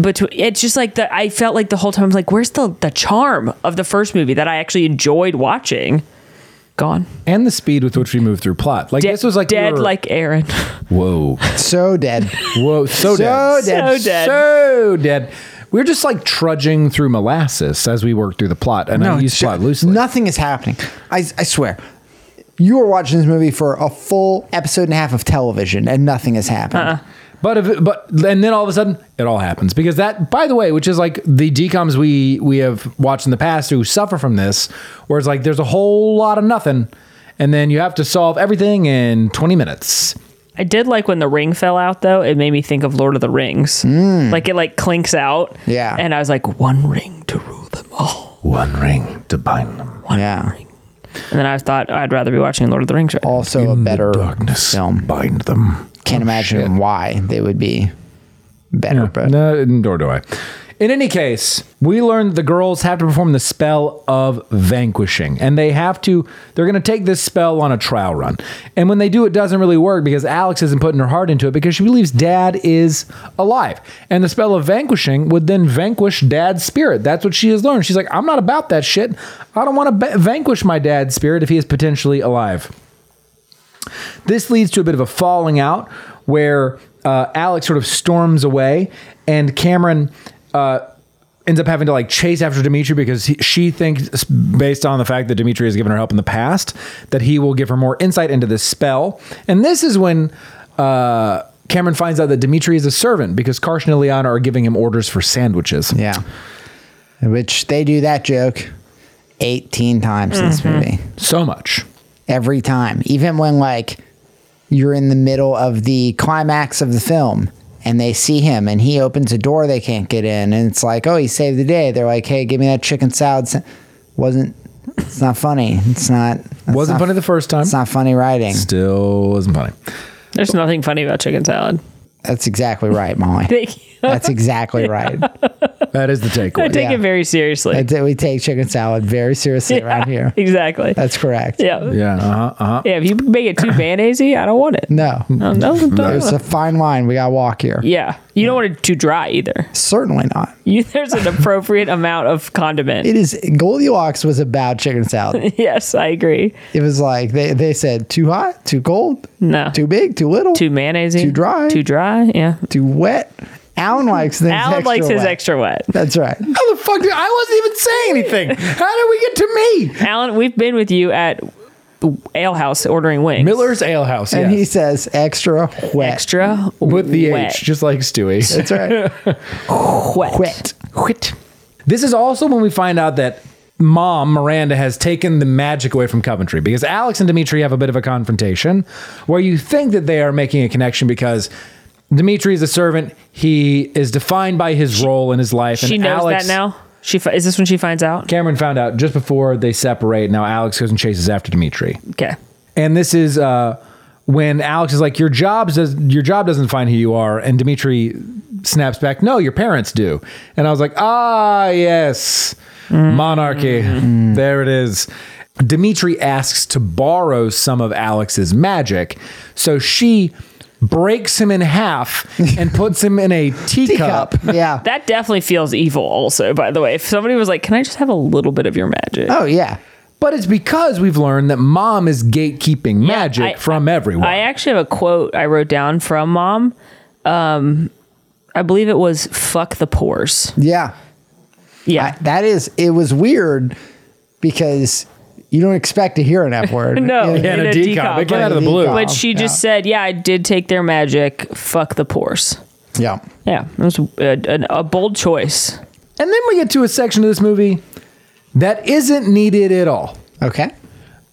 C: between it's just like the I felt like the whole time I was like where's the the charm of the first movie that I actually enjoyed watching? Gone.
B: and the speed with which we move through plot. Like
C: De-
B: this was like we
C: dead
B: were-
C: like Aaron.
B: whoa,
A: so dead.
B: whoa,
A: So
B: so, dead,
A: dead.
C: So dead.
B: so dead. We are just like trudging through molasses as we work through the plot, and I use plot loosely.
A: Nothing is happening. I, I swear. You were watching this movie for a full episode and a half of television, and nothing has happened.
C: Uh-uh.
B: But if it, but and then all of a sudden it all happens because that by the way, which is like the decoms we we have watched in the past who suffer from this, where it's like there's a whole lot of nothing, and then you have to solve everything in 20 minutes.
C: I did like when the ring fell out though. It made me think of Lord of the Rings. Like it like clinks out.
A: Mm. Yeah.
C: And I was like, one ring to rule them all.
B: One ring to bind them.
C: One
A: Yeah.
C: ring. And then I thought I'd rather be watching Lord of the Rings. Right now.
A: Also, a better film.
B: bind them.
A: Can't imagine why they would be better, but
B: No, nor do I. In any case, we learned the girls have to perform the spell of vanquishing, and they have to. They're going to take this spell on a trial run, and when they do, it doesn't really work because Alex isn't putting her heart into it because she believes Dad is alive, and the spell of vanquishing would then vanquish Dad's spirit. That's what she has learned. She's like, I'm not about that shit. I don't want to ba vanquish my dad's spirit if he is potentially alive. This leads to a bit of a falling out where uh, Alex sort of storms away and Cameron uh, ends up having to like chase after Dimitri because he, she thinks, based on the fact that Dimitri has given her help in the past, that he will give her more insight into this spell. And this is when. Uh, Cameron finds out that Dimitri is a servant because Karsh and Ileana are giving him orders for sandwiches.
A: Yeah. Which they do that joke 18 times in
C: Mm-hmm.
A: this movie.
B: So much.
A: Every time. Even when, like, you're in the middle of the climax of the film and they see him and he opens a door they can't get in and it's like, oh, he saved the day. They're like, hey, give me that chicken salad. sa- Wasn't. It's not funny. It's not. that's
B: Wasn't
A: not-
B: funny the first time.
A: It's not funny writing.
B: Still wasn't funny.
C: There's nothing funny about chicken salad.
A: That's exactly right, Molly.
C: They-
A: That's exactly right.
B: That is the
C: I
B: takeaway.
C: take
A: Oh, Yeah.
C: it very seriously.
A: I did- we take chicken salad very seriously around here.
C: Exactly.
A: That's correct.
C: yeah. yeah.
B: yeah. Uh-huh, uh-huh.
C: If you make it too mayonnaisey, I don't want it.
A: No.
C: No, no, don't
A: It's
C: want
A: a
C: it.
A: fine line. We got to walk here.
C: Yeah. You don't want it too dry either.
A: Certainly not.
C: You, there's an appropriate amount of condiment.
A: It is Goldilocks was about chicken salad.
C: Yes, I agree.
A: It was like they, they said too hot, too cold,
C: No.
A: too big, too little,
C: too
A: too,
C: mayonnaisey.
A: Too dry.
C: Too dry. Yeah.
A: wet. Alan likes things.
C: Alan
A: extra
C: likes his
A: wet.
C: extra wet.
A: That's right.
B: How the fuck did I wasn't even saying anything? How did we get to me?
C: Alan, we've been with you at Ale House ordering wings.
B: Miller's Ale House.
A: And he
B: yes.
A: says extra wet.
C: extra
B: with the
C: wet.
B: H, just like Stewie.
A: That's right.
C: wet.
A: Wet.
B: Quit. This is also when we find out that mom Miranda has taken the magic away from Coventry because Alex and Dimitri have a bit of a confrontation where you think that they are making a connection because Dimitri is a servant. He is defined by his role in his life.
C: She knows
B: Alex,
C: that now. She fi- is this when she finds out?
B: Cameron found out just before they separate. Now Alex goes and chases after Dimitri.
C: Okay.
B: And this is uh, when Alex is like, "Your job does your job doesn't find who you are," and Dimitri snaps back, "No, your parents do." And I was like, "Ah, yes, monarchy. There it is." Dimitri asks to borrow some of Alex's magic, so she breaks him in half and puts him in a teacup.
A: Yeah.
C: That definitely feels evil, also, by the way. If somebody was like, Can I just have a little bit of your magic?
A: oh yeah.
B: But it's because we've learned that mom is gatekeeping magic
C: I-
B: from everyone.
C: I actually have a quote I wrote down from mom. Um, I believe it was "fuck the pores."
A: Yeah.
C: Yeah,
A: I, that is. It was weird because you don't expect to hear an F word.
C: No.
A: You know,
C: Yeah.
B: and
C: in
B: a
C: a
B: decop.
C: decop.
B: It came out of the blue.
A: Decop.
C: but she just said, "Yeah, I did take their magic. Fuck the pores."
A: yeah.
C: Yeah, it was a, a, a bold choice.
B: And then we get to a section of this movie that isn't needed at all.
A: Okay.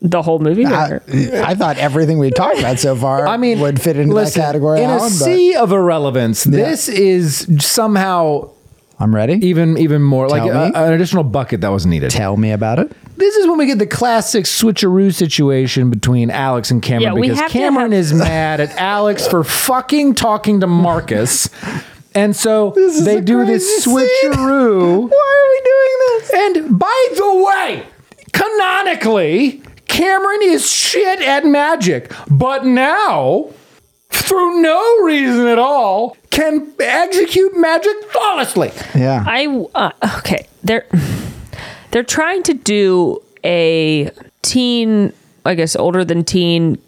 C: The whole movie.
A: I,
C: or-
A: I thought everything we talked about so far
B: I mean,
A: would fit into
B: listen,
A: that category.
B: In a
A: Alan, but
B: sea of irrelevance, this is somehow
A: I'm ready.
B: even even more like
A: Tell
B: a-
A: me.
B: an additional bucket that was needed.
A: Tell me about it.
B: This is when we get the classic switcheroo situation between Alex and Cameron
C: Yeah, we
B: because
C: have to
B: Cameron
C: have-
B: is mad at Alex for fucking talking to Marcus. And so
A: is
B: they
A: a
B: do
A: crazy
B: this
A: scene.
B: switcheroo.
A: Why are we doing
B: And by the way, canonically, Cameron is shit at magic. But now, through no reason at all, can execute magic flawlessly.
A: Yeah.
C: I uh, okay. They're they're trying to do a teen, I guess, older than teen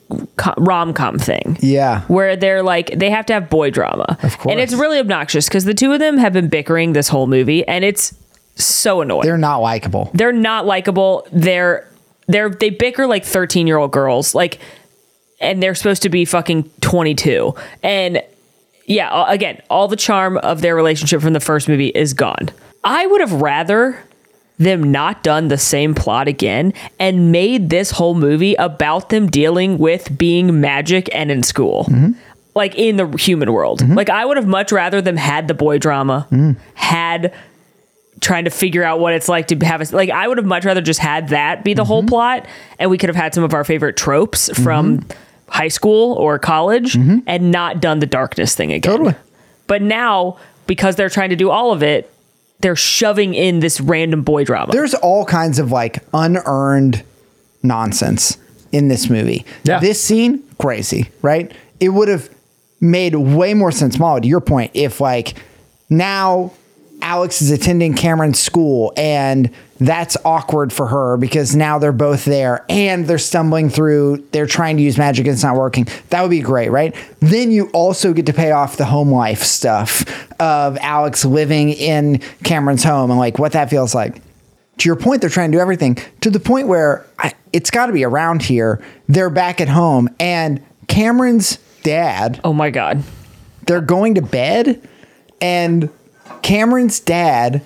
C: rom com thing.
A: yeah.
C: where they're like they have to have boy drama. Of
A: course.
C: And it's really obnoxious because the two of them have been bickering this whole movie and it's so annoying. They're,
A: They're not likable.
C: not likable. They're they're they bicker like 13-year-old girls. Like and they're supposed to be fucking 22. And yeah, a- again, all the charm of their relationship from the first movie is gone. I would have rather them not done the same plot again and made this whole movie about them dealing with being magic and in school. Like in the human world. Like I would have much rather them had the boy drama, had trying to figure out what it's like to have a like I would have much rather just had that be the whole plot and we could have had some of our favorite tropes from high school or college and not done the darkness thing again.
A: Totally.
C: But now because they're trying to do all of it, they're shoving in this random boy drama.
A: There's all kinds of like unearned nonsense in this movie.
B: Yeah.
A: This scene, crazy, right? It would have made way more sense, Molly, to your point, if like now Alex is attending Cameron's school and that's awkward for her because now they're both there and they're stumbling through, they're trying to use magic and it's not working. That would be great, right? Then you also get to pay off the home life stuff of Alex living in Cameron's home and like what that feels like to your point, they're trying to do everything to the point where I, it's got to be around here. They're back at home, and Cameron's dad
C: oh my god.
A: They're going to bed, and Cameron's dad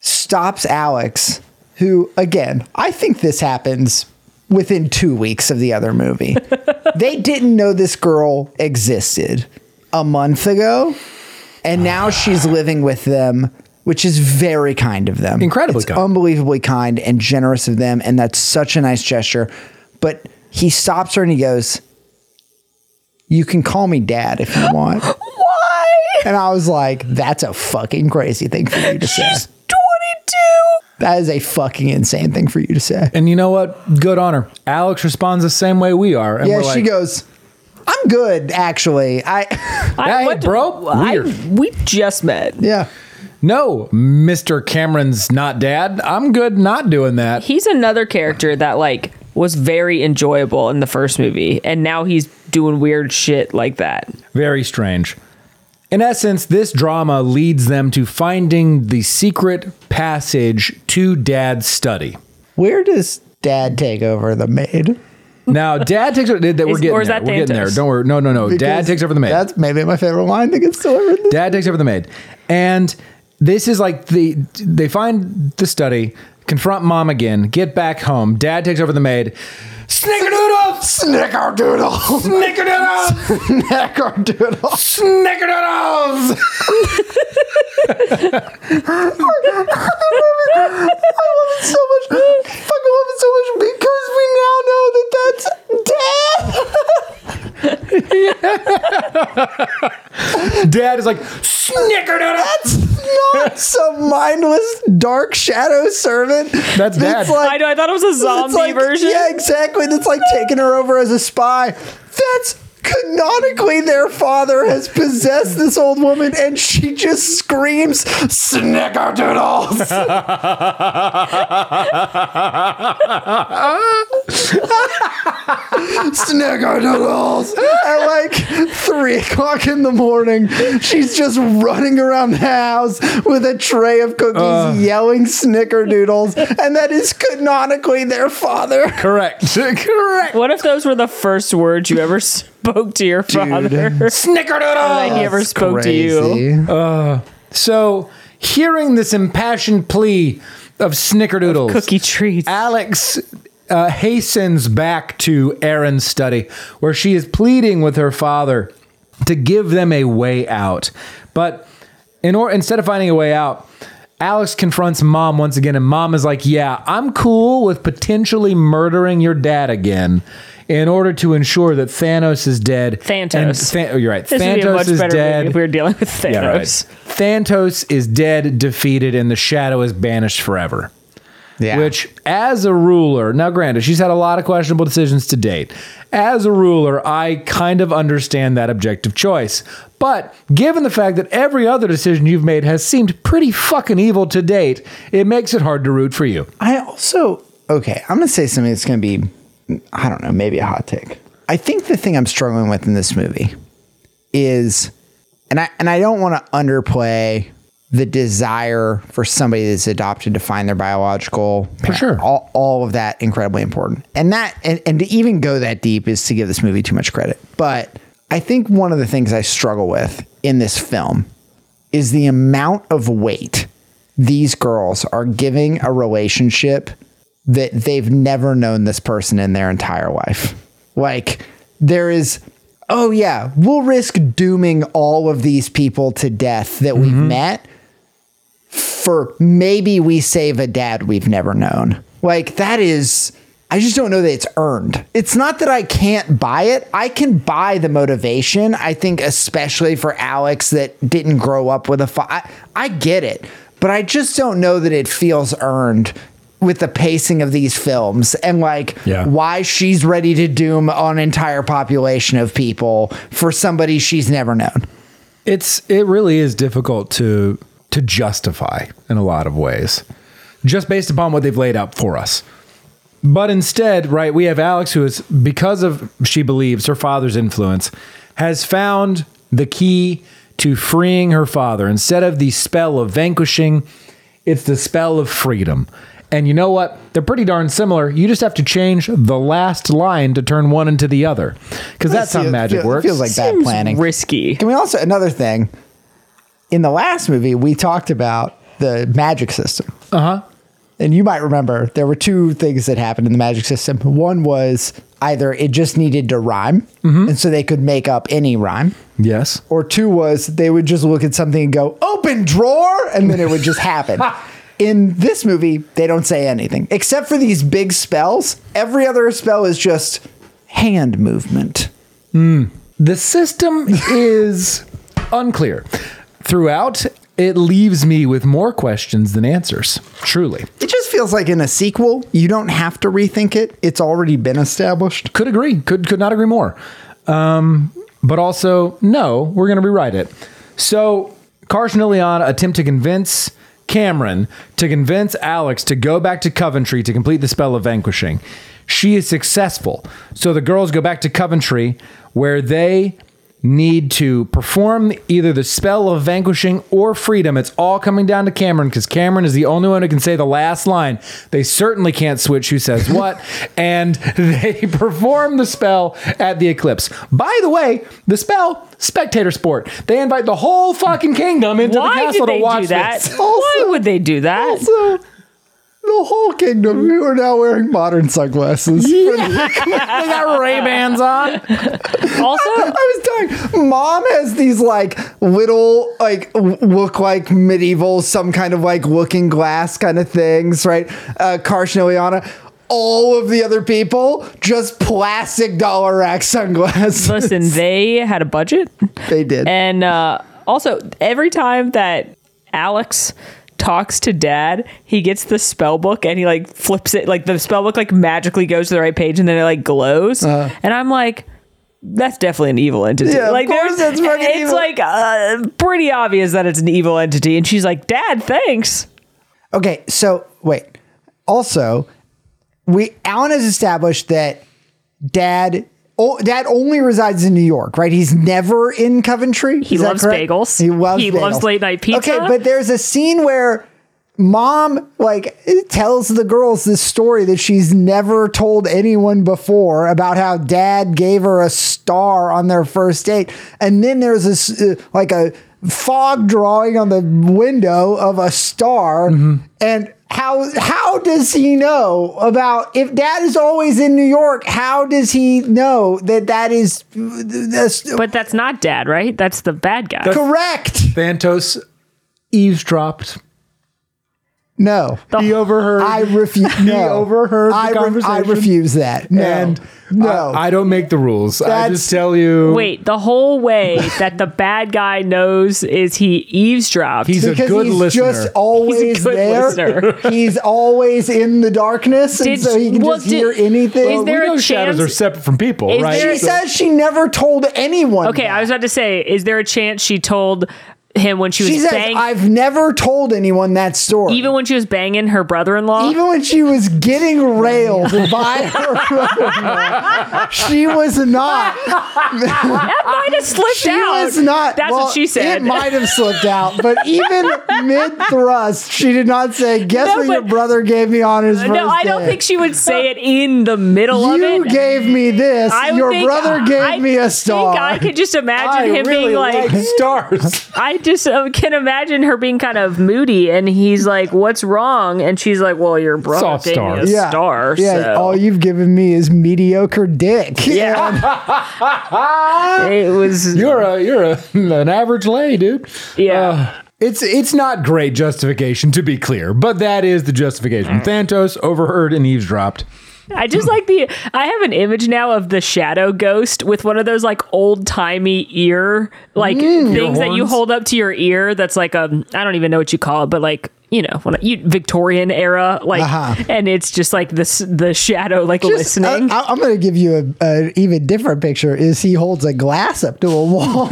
A: stops Alex, who, again, I think this happens within two weeks of the other movie. they didn't know this girl existed a month ago, and now she's living with them. Which is very kind of them.
B: Incredibly
A: It's
B: kind.
A: unbelievably kind and generous of them. And that's such a nice gesture. But he stops her and he goes, You can call me dad if you want.
C: Why?
A: and I was like, That's a fucking crazy thing for you to say.
C: She's 22.
A: That is a fucking insane thing for you to say.
B: And you know what? Good on her. Alex responds the same way we are. And
A: yeah,
B: we're
A: she
B: like,
A: goes, I'm good, actually. I,
B: Hey, bro,
C: I,
B: weird.
C: we just met.
A: yeah.
B: No, Mr. Cameron's not dad. I'm good not doing that.
C: He's another character that like was very enjoyable in the first movie, and now he's doing weird shit like that.
B: Very strange. In essence, this drama leads them to finding the secret passage to dad's study.
A: Where does dad take over the maid?
B: Now, dad takes over. We're
C: Is-
B: getting
C: or is
B: there.
C: that
B: We're getting there.
C: Thanos?
B: Don't worry. No, no, no. dad
A: Because
B: takes over the maid.
A: That's maybe my favorite line that gets delivered. This.
B: Dad takes over the maid, and this is like the they find the study, confront mom again, get back home. Dad takes over the maid. Snickerdoodle,
A: Snickerdoodle.
B: snickerdoodle,
A: Snickerdoodle.
B: snickerdoodles.
A: so much. Fucking love it so much because we now know that that's dad.
B: Dad is like snickerdoodle.
A: Not some mindless dark shadow servant.
B: That's dad.
C: I know. I thought it was a
A: that's
C: zombie
A: like-
C: version.
A: Yeah, exactly. That's like taking her over as a spy. That's canonically their father has possessed this old woman, and she just screams snickerdoodles. snickerdoodles at like three o'clock in the morning. She's just running around the house with a tray of cookies, yelling snickerdoodles, and that is canonically their father.
B: Correct. Correct.
C: What if those were the first words you ever spoke to your father?
B: Snickerdoodle.
C: Like he ever spoke to you.
B: So, hearing this impassioned plea of snickerdoodles,
C: Cookie treats.
B: Alex uh, hastens back to Aaron's study, where she is pleading with her father to give them a way out. But in or- instead of finding a way out, Alex confronts mom once again, and mom is like, Yeah, I'm cool with potentially murdering your dad again in order to ensure that Thanos is dead.
C: Thanos.
B: And Than- oh, you're right.
C: This would be a
B: Thanos
C: much
B: is
C: better
B: dead.
C: movie if we were dealing with Thanos.
B: Yeah, right. Thantos is dead, defeated, and the shadow is banished forever.
A: Yeah.
B: Which, as a ruler, now granted, she's had a lot of questionable decisions to date. As a ruler, I kind of understand that objective choice. But given the fact that every other decision you've made has seemed pretty fucking evil to date, it makes it hard to root for you.
A: I also okay. I'm gonna say something that's gonna be, I don't know, maybe a hot take. I think the thing I'm struggling with in this movie is, and I and I don't want to underplay the desire for somebody that's adopted to find their biological parent.
B: sure.
A: All, all of that incredibly important, and that and, and to even go that deep is to give this movie too much credit. But I think one of the things I struggle with in this film is the amount of weight these girls are giving a relationship that they've never known this person in their entire life. Like, there is, oh, yeah, we'll risk dooming all of these people to death that we've met for maybe we save a dad we've never known. Like, that is. I just don't know that it's earned. It's not that I can't buy it. I can buy the motivation. I think, especially for Alex that didn't grow up with a fa- I, I get it, but I just don't know that it feels earned with the pacing of these films and like
B: Yeah.
A: why she's ready to doom an entire population of people for somebody she's never known.
B: It's it really is difficult to to justify in a lot of ways, just based upon what they've laid out for us. But instead, right, we have Alex who is because of she believes her father's influence has found the key to freeing her father. Instead of the spell of vanquishing, it's the spell of freedom. And you know what? They're pretty darn similar. You just have to change the last line to turn one into the other. Because that's how
A: Feel-
B: magic
A: feel-
B: works.
A: Feels like bad
C: Seems
A: planning.
C: risky.
A: Can we also another thing? In the last movie, we talked about the magic system. Uh huh.
B: Uh-huh.
A: And you might remember there were two things that happened in the magic system. One was either it just needed to rhyme,
B: Mm-hmm.
A: and so they could make up any rhyme,
B: yes.
A: or two was they would just look at something and go open drawer, and then it would just happen. In this movie, they don't say anything except for these big spells. Every other spell is just hand movement.
B: The system is unclear. Throughout, it leaves me with more questions than answers. Truly.
A: It just feels like in a sequel, you don't have to rethink it. It's already been established.
B: Could agree. Could could not agree more. Um, but also, no, we're going to rewrite it. So, Carson and Ileana attempt to convince Cameron to convince Alex to go back to Coventry to complete the spell of vanquishing. She is successful. So the girls go back to Coventry where they need to perform either the spell of vanquishing or freedom. It's all coming down to Cameron because Cameron is the only one who can say the last line. They certainly can't switch who says what. and they perform the spell at the eclipse. By the way, the spell, spectator sport. They invite the whole fucking kingdom into the
C: Why
B: castle
C: did they
B: to watch
C: do that?
B: this.
C: Why would they do that?
A: So, the whole kingdom, who are now wearing modern sunglasses.
B: They got Ray Bans on.
C: also,
A: I was dying. Mom has these like little, like, w- look like medieval, some kind of like looking glass kind of things, right? Uh, Karsh and Ileana. All of the other people, just plastic dollar rack sunglasses.
C: listen, they had a budget.
A: they did.
C: And uh, also, every time that Alex talks to dad, he gets the spell book and he like flips it. Like the spell book like magically goes to the right page and then it like glows.
B: Uh-huh.
C: and I'm like, that's definitely an evil entity.
A: Yeah, of
C: like
A: course it's fucking
C: it's
A: evil.
C: like uh, pretty obvious that it's an evil entity. And she's like, Dad, thanks.
A: Okay, so wait. Also, we Alan has established that dad oh, dad only resides in New York, right? He's never in Coventry.
C: He
A: Is that
C: loves
A: correct?
C: bagels.
A: He loves
C: He loves
A: bagels.
C: late night pizza.
A: Okay, but there's a scene where mom like tells the girls this story that she's never told anyone before about how dad gave her a star on their first date and then there's this uh, like a fog drawing on the window of a star and how how does he know about if dad is always in New York how does he know that that is uh, that's
C: But that's not dad, right? That's the bad guy.
A: correct
B: Thantos eavesdropped.
A: no
B: He overheard.
A: I refuse. No.
B: overheard the
A: I, I
B: conversation.
A: refuse that. No.
B: and
A: no.
B: I, I don't make the rules. I
A: That's-
B: just tell you.
C: Wait, the whole way that the bad guy knows is he eavesdropped.
B: He's a
A: because
B: good
A: he's
B: listener.
A: just always
C: good
A: there.
C: listener.
A: he's always in the darkness, and
C: Did-
A: so he can
C: well,
A: just
C: did-
A: hear anything.
C: is
B: we
C: there a
B: know shadows
C: chance-
B: are separate from people,
C: is
B: right?
C: there-
A: she says she never told anyone.
C: Okay,
A: that.
C: I was about to say, is there a chance she told him when she was
A: She says
C: bang-
A: I've never told anyone that story.
C: even when she was banging her brother-in-law?
A: Even when she was getting railed by her brother-in-law, she was not.
C: that might have slipped
A: She
C: out.
A: was not.
C: That's
A: well,
C: what she said.
A: It might have slipped out, but even mid thrust, she did not say, "Guess
C: No,
A: what your
C: but-
A: brother gave me on his
C: no, I don't think she would say it in the middle of
A: you
C: it.
A: gave me this.
C: I would
A: your
C: think-
A: brother gave
C: I
A: me a star.
C: Think I could just
B: I
C: imagine him
B: really
C: being like,
B: like, stars.
C: I just uh, can imagine her being kind of moody, and he's like, "What's wrong?" And she's like, "Well, your brother
B: Soft
C: gave me a
B: stars.
A: yeah.
C: star."
A: Yeah.
C: so.
A: All you've given me is mediocre dick. Yeah.
C: it was
B: You're a you're a, an average lay, dude. Uh,
C: yeah.
B: It's it's not great justification to be clear, but that is the justification.
C: Mm.
B: Thantos overheard and eavesdropped.
C: I just like the. I have an image now of the shadow ghost with one of those like old timey ear like
A: Mm.
C: things that you
B: horns?
C: hold up to your ear. That's like um I don't even know what you call it, but like you know when I- you Victorian era like,
A: Uh-huh.
C: and it's just like this the shadow like
A: Just- uh,
C: listening.
A: I, am going to give you a- an even different picture. Is he holds a glass up to a wall?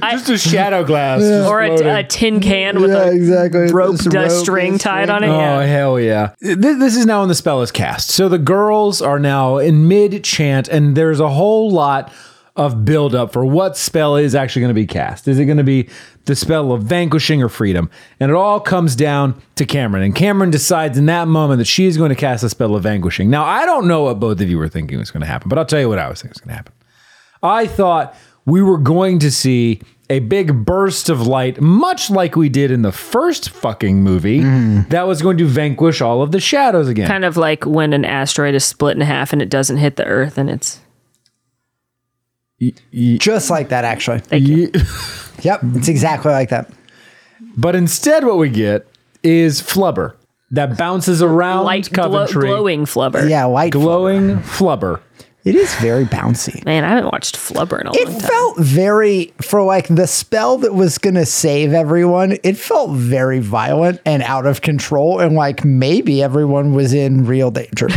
B: Just a shadow glass.
C: or a, a tin can with
A: uh, Yeah,
C: a
A: exactly.
C: rope,
A: This
C: uh,
A: rope
C: string
A: is
C: tied
A: string.
C: on it.
B: Oh
C: yeah.
B: hell yeah! Th- This is now when the spell is cast. So the girls are now in mid chant, and there's a whole lot of buildup for what spell is actually going to be cast. Is it going to be the spell of vanquishing or freedom? And it all comes down to Cameron. And Cameron decides in that moment that she is going to cast a spell of vanquishing. Now, I don't know what both of you were thinking was going to happen, but I'll tell you what I was thinking was going to happen. I thought we were going to see a big burst of light, much like we did in the first fucking movie,
C: Mm-hmm.
B: that was going to vanquish all of the shadows again.
C: Kind of like when an asteroid is split in half and it doesn't hit the Earth, and it's
A: Just like that, actually.
B: Ye-
A: Yep, it's exactly like that.
B: But instead, what we get is flubber that bounces around
C: light glo-
B: Coventry,
C: glowing flubber.
A: Yeah, light.
B: glowing flubber.
A: It is very bouncy.
C: Man, I haven't watched flubber in a
A: It
C: long time.
A: felt very for like the spell that was gonna save everyone. It felt very violent and out of control, and like maybe everyone was in real danger.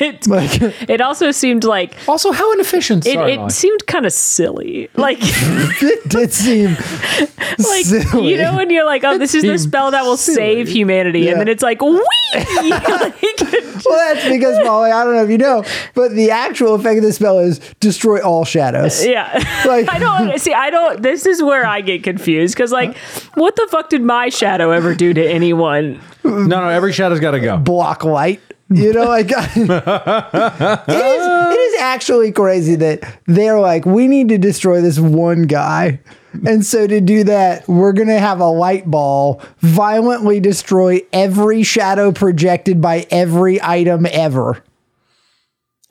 C: It,
A: Like
C: it also seemed like
B: Also, how inefficient!
C: it,
B: Sorry,
C: it
B: Molly.
C: seemed kind of silly. Like
A: it did seem
C: like
A: silly.
C: you know when you're like, oh, this is the
B: seemed
C: spell that will save humanity,
A: Yeah.
C: and then it's like, wee. Like,
A: well, that's because Molly. I don't know if you know, but the actual effect of the spell is destroy all shadows.
C: yeah.
A: Like
C: I don't see. I don't. This is where I get confused because, like, what the fuck did my shadow ever do to anyone?
B: no, no, every shadow's got to go.
A: block light. You know, like it is. It is actually crazy that they're like, we need to destroy this one guy, and so to do that, we're gonna have a light ball violently destroy every shadow projected by every item ever.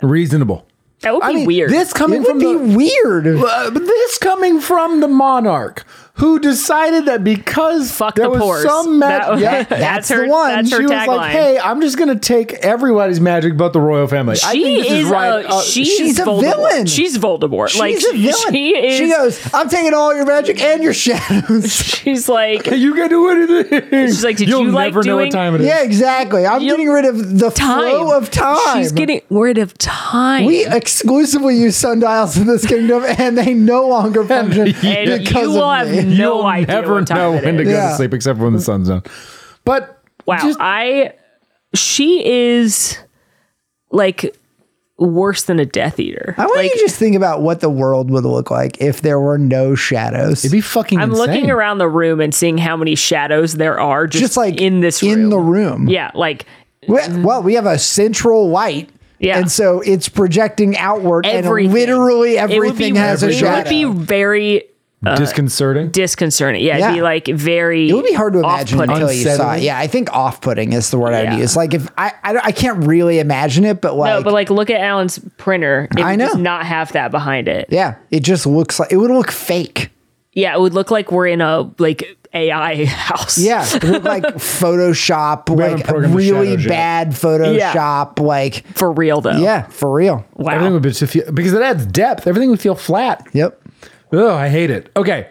B: Reasonable.
C: That would be
B: I mean,
C: weird.
B: this
A: It
B: coming
A: would
B: from
A: be
B: the
A: weird.
B: Uh, but this coming from the monarch who decided that because
C: Fuck
B: there
C: the
B: was
C: pores.
B: some magic,
C: That was-
B: yeah,
A: that's
C: her.
A: the one.
C: That's her
B: she was
C: tagline.
B: like, "Hey, I'm just gonna take everybody's magic but the royal family." I
C: she
B: think this
C: is,
B: is right.
C: a,
B: uh,
C: she
A: she's
C: is
A: a
C: Voldemort.
A: villain.
C: She's Voldemort.
A: She's
C: like
A: a villain.
C: she is.
A: she goes, I'm taking all your magic and your shadows.
C: she's like
B: you can do anything. She's
C: like, "Did
B: You'll
C: you
B: never
C: like
B: know
C: doing-
B: what time it is.
A: yeah, exactly. I'm
C: You-
A: getting rid of the
C: time
A: flow of time.
C: She's getting rid of time.
A: We exclusively use sundials in this kingdom, and they no longer function
C: and
A: because
C: you will
A: of
C: have
A: me.
C: no
B: You'll
C: idea
B: never
C: what time
B: know
C: it
B: when to
C: is.
B: go
A: Yeah.
B: to sleep except for when the sun's down. But
C: Wow,
B: just-
C: I she is like worse than a Death Eater.
A: I want
C: like,
A: you to just think about what the world would look like if there were no shadows.
B: it'd be fucking.
C: I'm
B: insane.
C: looking around the room and seeing how many shadows there are just,
A: just like
C: in this room.
A: in the room.
C: yeah, like
A: We- Well, we have a central light.
C: Yeah.
A: And so it's projecting outward,
C: everything.
A: and literally
C: It would
A: everything
C: be-
A: has a shadow.
C: It would be very
B: Disconcerting.
C: disconcerting. Yeah, it'd be
A: Yeah.
C: like very.
A: It would be hard to imagine
C: off-putting.
A: until you saw it.
B: Unsettling.
A: Yeah, I think off-putting is the word I
C: Yeah.
A: would use. Like if I, I, don't- I can't really imagine it, but like,
C: no, but like look at Alan's printer. It
A: I
C: would just
A: know.
C: not have that behind it. Yeah.
A: yeah, it just looks like it would look fake.
C: it would look like we're in a like AI house.
A: Yeah, it looked like Photoshop,
B: haven't
A: like
B: programmed the
A: really
B: shadows yet.
A: bad Photoshop, like
C: for real though.
A: yeah, for real.
C: wow.
B: Everything would be just feel, because it adds depth. Everything would feel flat.
A: Yep.
B: Oh, I hate it. Okay.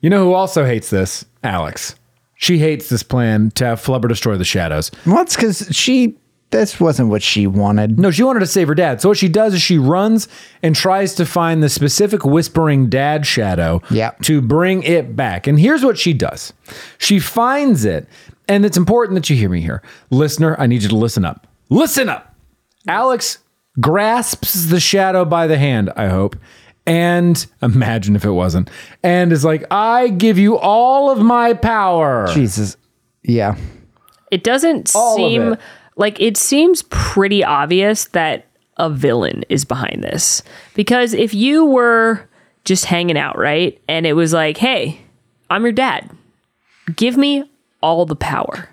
B: You know who also hates this? Alex. She hates this plan to have Flubber destroy the shadows.
A: Well, it's because she. This wasn't what she wanted.
B: No, she wanted to save her dad. So what she does is she runs and tries to find the specific whispering dad shadow
A: Yeah.
B: to bring it back. And here's what she does. She finds it, and it's important that you hear me here. Listener, I need you to listen up. Listen up. Alex grasps the shadow by the hand, I hope. And imagine if it wasn't. And is like, "I give you all of my power."
A: Jesus. Yeah.
C: It doesn't
B: All of
C: seem
B: it.
C: like it seems pretty obvious that a villain is behind this. Because if you were just hanging out, right? And it was like, "Hey, I'm your dad. Give me all the power.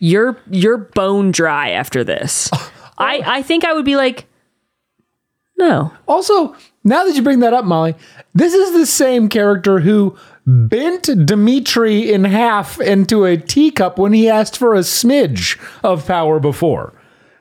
C: You're you're bone dry after this." I I think I would be like, "No.
B: Also, now that you bring that up, Molly, this is the same character who bent Dimitri in half into a teacup when he asked for a smidge of power before.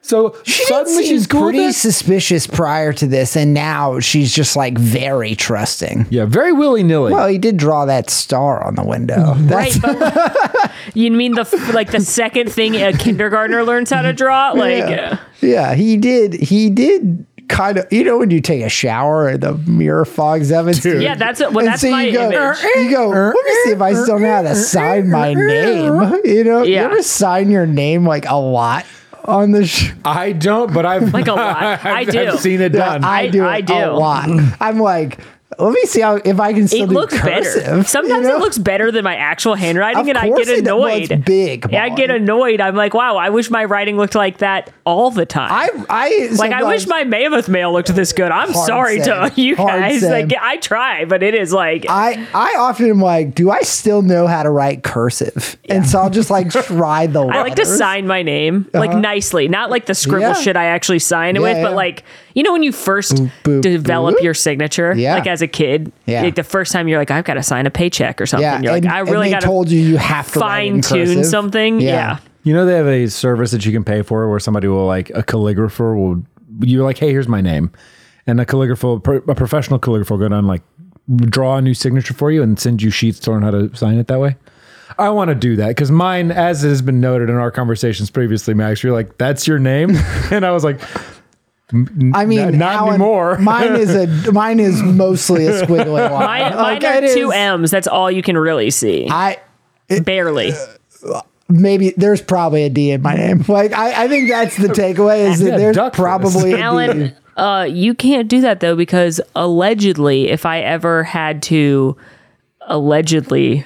B: So suddenly she's cool with
A: pretty
B: it?
A: suspicious prior to this, and now she's just like very trusting.
B: Yeah, very willy nilly.
A: Well, he did draw that star on the window. That's,
C: Right, but you mean the f- like the second thing a kindergartner learns how to draw? Like, uh,
A: yeah, he did. He did kind of. You know when you take a shower and the mirror fogs up, and
C: yeah, that's it. Well,
A: And
C: that's
A: so
C: my
A: you go,
C: image.
A: you go. Let me see if I still know how to sign my name. You know,
C: Yeah.
A: you ever sign your name like a lot on the sh-
B: I don't, but I've
C: Like a lot. I
B: I've-
C: do.
B: I've seen it done.
C: I- I do.
A: a lot. I'm like, let me see how if I can still
C: it
A: do
C: looks
A: cursive.
C: better. Sometimes
A: you know?
C: it looks better than my actual handwriting,
A: Of
C: and I
A: course
C: get
A: it- well,
C: annoyed.
A: it's big,
C: Yeah, I get
A: Molly.
C: annoyed. I'm like, wow, I wish my writing looked like that all the time.
A: I I
C: like I wish
A: sometimes-
C: my mammoth mail looked this good. I'm
A: Hard
C: sorry
A: same.
C: to you
A: Hard
C: guys.
A: same.
C: Like I try, but it is like
A: I I often am like, do I still know how to write cursive? And so I'll just like try the.
C: I like to
A: letters.
C: sign my name like nicely, not like the scribble
A: Uh-huh. Yeah.
C: shit I actually sign it
A: Yeah,
C: with, but
A: yeah.
C: like you know when you first
A: boop,
C: develop
A: boop.
C: your signature,
A: Yeah.
C: like as a kid,
A: Yeah.
C: like the first time you're like, I've got to sign a paycheck or something.
A: Yeah,
C: you're
A: and-
C: like, I
A: and
C: really
A: they
C: got
A: told you you have to write in
C: fine tune
A: cursive.
C: something.
A: Yeah.
C: yeah.
B: You know they have a service that you can pay for where somebody will like a calligrapher will you're like, hey, here's my name, and a calligrapher, pro- a professional calligrapher, will go down and, like draw a new signature for you and send you sheets on how to sign it that way. I want to do that because mine, as has been noted in our conversations previously, Max, you're like, that's your name, and I was like,
A: I mean,
B: N- not
A: Alan-
B: anymore.
A: mine is a mine is mostly a squiggly line.
C: Mine, mine
A: Like, it
C: are two
A: is-
C: M's. That's all you can really see.
A: I
C: Barely.
A: uh, maybe there's probably a D in my name. Like I, I think that's the takeaway is that
B: Yeah,
A: there's
B: duck this.
A: probably a D.
C: Alan, uh, you can't do that though because allegedly, if I ever had to allegedly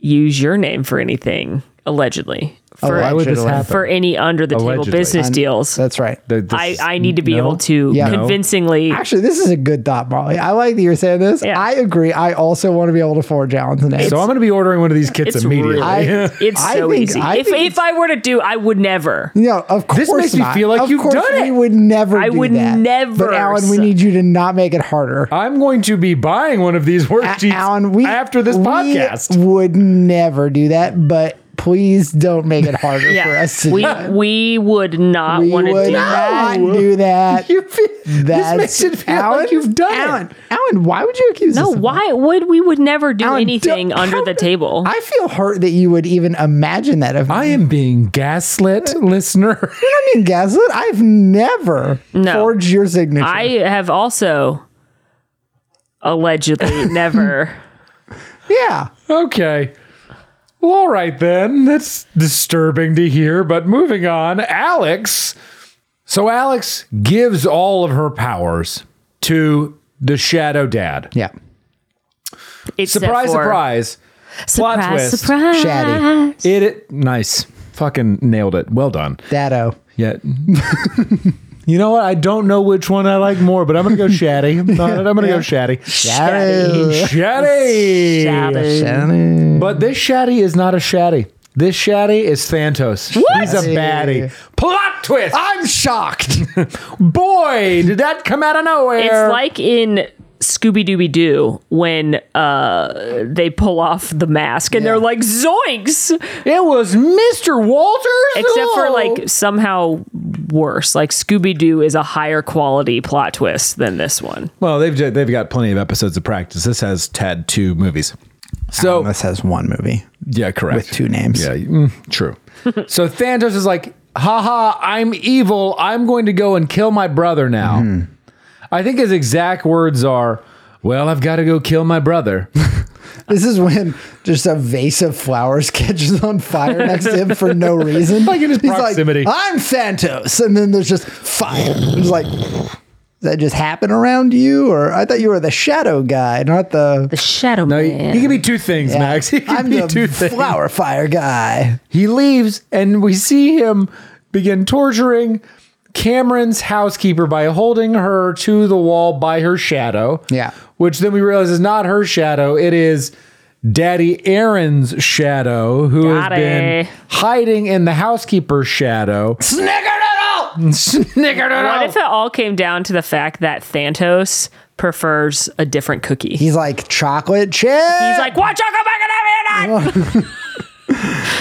C: use your name for anything, allegedly
A: Oh,
C: for
B: why would this
A: Allegedly.
B: happen?
C: for any under the table
B: Allegedly.
C: business
A: I'm-
C: deals,
A: That's right.
B: th- this-
C: I I need to be
B: no?
C: able to
A: Yeah. No.
C: convincingly.
A: Actually, this is a good thought, Molly. I like that you're saying this.
C: Yeah.
A: I agree. I also want to be able to forge Alan's name.
B: So I'm going to be ordering one of these kits
C: It's
B: immediately.
C: really,
A: I-
C: it's
A: I
C: so
A: think-
C: easy.
A: I
C: if
A: think
C: if I were to do, I would never.
A: No, of course
B: This makes me
A: not.
B: feel like
A: Of
B: you've
A: course
B: done
A: We
B: it.
A: would never.
C: I
A: do
C: would
A: that.
C: never.
A: But Alan, we
C: So-
A: need you to not make it harder.
B: I'm going to be buying one of these
A: A-
B: worksheets
A: Alan, we
B: after this
A: we
B: podcast.
A: would never do that. But please don't make it harder for us. To
C: we
A: do that.
C: we would not
A: we
C: want to
A: would
C: do that.
A: not do that.
B: You feel- this
A: That's
B: makes it feel
A: Alan,
B: like you've done
A: Alan,
B: it.
A: Alan, why would you accuse
C: No,
A: us? of that?
C: why would we would never do
A: Alan,
C: anything
A: don't-
C: under
A: how-
C: the table?
A: I feel hurt that you would even imagine that of me.
B: I am being gaslit, listener.
A: I mean, Gaslit, I've never
C: No.
A: forged your signature.
C: I have also allegedly never.
A: yeah.
B: okay. Well, all right then. That's disturbing to hear, but moving on. Alex. So Alex gives all of her powers to the Shadow Dad.
A: Yeah.
C: except
B: Surprise,
C: for-
B: surprise. Plot
C: Surprise,
B: twist.
C: surprise.
A: Shaddy.
B: It, it nice. Fucking nailed it. Well done.
A: Datto.
B: Yeah. you know what? I don't know which one I like more, but I'm gonna go Shaddy. I'm gonna go Shaddy.
A: Shaddy.
B: Shaddy.
C: Shaddy.
B: But this shatty is not a shatty. This shatty is Thantos.
C: What?
B: He's a baddie. Plot twist.
A: I'm shocked.
B: Boy, did that come out of nowhere.
C: It's like in Scooby Dooby Doo when uh, they pull off the mask and they're like zoinks,
B: it was Mr. Walters.
C: except for
B: Oh.
C: like somehow worse. Like Scooby Doo is a higher quality plot twist than this one.
B: Well, they've ju- they've got plenty of episodes of practice. This has Tad two movies. So
A: This has one movie.
B: yeah, correct.
A: with two names.
B: Yeah, mm, true. so Thantos is like, haha, I'm evil. I'm going to go and kill my brother now.
A: Mm-hmm.
B: I think his exact words are, well, I've got to go kill my brother.
A: This is when just a vase of flowers catches on fire next to him for no reason.
B: Like in his proximity.
A: Like, I'm Santos. And then there's just fire. It's like, does that just happen around you? Or I thought you were the shadow guy, not the.
C: The Shadow
B: No, he,
C: Man.
B: he can be two things, Max. He can
A: I'm
B: be
A: the
B: two things.
A: flower fire guy.
B: He leaves, and we see him begin torturing Cameron's housekeeper by holding her to the wall by her shadow.
A: Yeah.
B: Which then we realize is not her shadow. It is Daddy Aaron's shadow, who has
C: Daddy.
B: been hiding in the housekeeper's shadow. Snickerdoodle! Snickerdoodle!
A: Oh.
C: What if it all came down to the fact that Thantos prefers a different cookie? He's
A: He's like chocolate chip. He's
C: like, what chocolate back and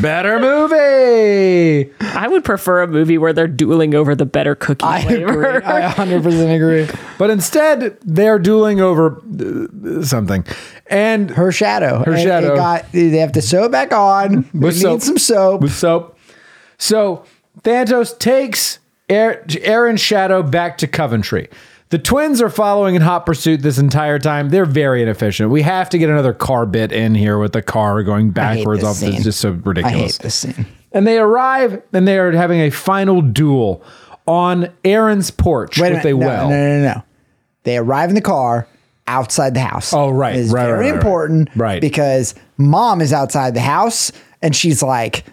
B: Better movie!
C: I would prefer a movie where they're dueling over the better cookie
A: I agree.
C: flavor.
A: I 100% agree.
B: But instead, they're dueling over uh, something. And
A: Her shadow. Her
B: shadow.
A: got, they have to sew it back on. We need
B: With soap.
A: some soap.
B: with soap. So Thantos takes Aar- Aaron's shadow back to Coventry. The twins are following in hot pursuit this entire time. They're very inefficient. We have to get another car bit in here with the car going
A: hate
B: backwards
A: this
B: off.
A: scene.
B: It's just so
A: I hate
B: ridiculous.
A: this scene.
B: and they arrive and they are having a final duel on Aaron's porch
A: Wait a
B: with a
A: minute. No,
B: well.
A: No, no, no, no. They arrive in the car outside the house.
B: Oh, right,
A: It's
B: right,
A: very
B: right, right, right.
A: important.
B: Right.
A: Because mom is outside the house and she's like,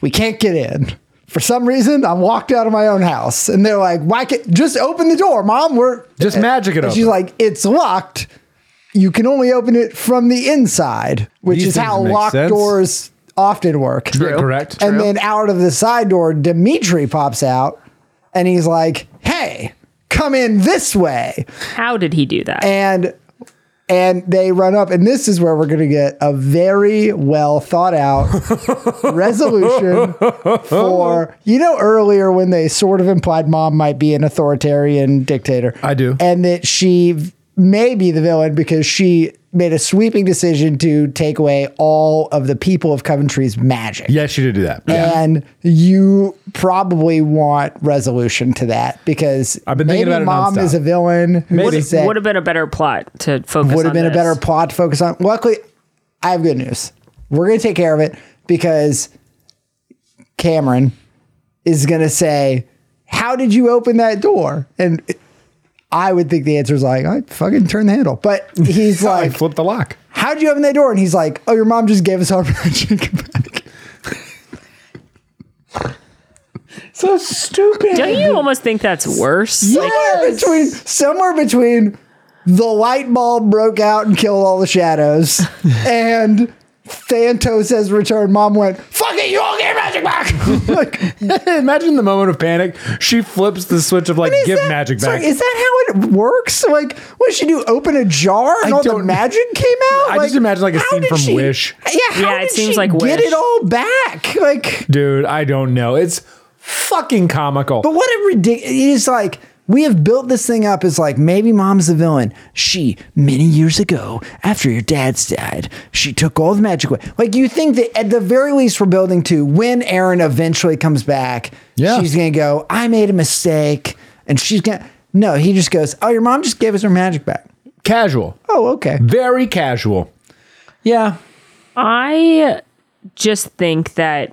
A: we can't get in. For some reason, I'm walked out of my own house. And they're like, why can't just open the door, mom? We're
B: Just magic it
A: And
B: up.
A: She's like, it's locked. You can only open it from the inside, which
B: These
A: is how
B: things make
A: locked
B: sense.
A: doors often work.
B: correct.
A: And then out of the side door, Dimitri pops out and he's like, hey, come in this way.
C: How did he do that?
A: And and they run up, and this is where we're gonna get a very well thought out resolution for you know earlier when they sort of implied mom might be an authoritarian dictator.
B: I do.
A: And that she v- may be the villain because she made a sweeping decision to take away all of the people of Coventry's magic.
B: yes, you did do that. Yeah.
A: And you probably want resolution to that because
B: I've been thinking
A: maybe
B: about it
A: mom
B: nonstop.
A: is a villain. Who
B: Maybe.
A: said-
C: Would have been a better plot to focus.
A: would have
C: on
A: been a
C: this.
A: better plot to focus on. Luckily, I have good news. We're going to take care of it because Cameron is going to say, How did you open that door? And I would think the answer is like, I fucking turned the handle. But he's
B: I
A: like,
B: flipped the lock.
A: How'd you open that door? And he's like, Oh, your mom just gave us our magic back.
B: So stupid.
C: Don't you almost think that's worse?
A: Somewhere between, somewhere between the light bulb broke out and killed all the shadows, and Thantos has returned. Mom went, "Fuck it, you all get your magic back." like,
B: Imagine the moment of panic. She flips the switch of like,
A: is
B: give
A: that-
B: magic back.
A: sorry, is that how it works? Like, what did she do? Open a jar and
B: I
A: all the
B: don't-
A: magic came out?
B: I just imagine, like, a
A: how
B: scene
A: did
B: from Wish.
A: Yeah, how
C: Yeah, it
A: did
C: seems
A: she
C: like
A: get
C: Wish.
A: it all back. Like,
B: Dude, I don't know. It's fucking comical.
A: But what a ridiculous! It's like we have built this thing up as like maybe mom's the villain. She many years ago, after your dad's died, she took all the magic away. Like you think that at the very least we're building to when Aaron eventually comes back,
B: Yeah.
A: she's gonna go. I made a mistake, and she's gonna. No, he just goes. Oh, your mom just gave us her magic back.
B: casual.
A: Oh, okay.
B: Very casual. Yeah.
C: I just think that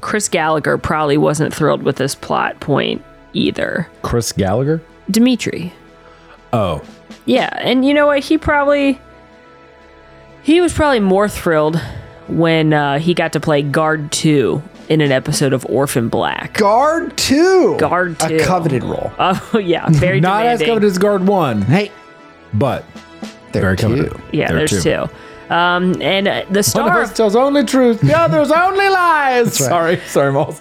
C: Chris Gallagher probably wasn't thrilled with this plot point either.
B: Chris Gallagher?
C: Dimitri.
B: Oh.
C: Yeah, and you know what? He probably he was probably more thrilled when uh, he got to play guard two in an episode of Orphan Black.
A: Guard two.
C: Guard two.
A: A coveted role.
C: Oh yeah, very
B: Not
C: demanding.
B: as coveted as Guard 1,
A: Hey,
B: but
A: there
B: very
A: are two.
B: coveted.
C: Yeah,
B: There are
C: there's two. Um, and uh, the
B: One of
C: star
B: us tells only truth, the other's only lies. Sorry, sorry, Moles.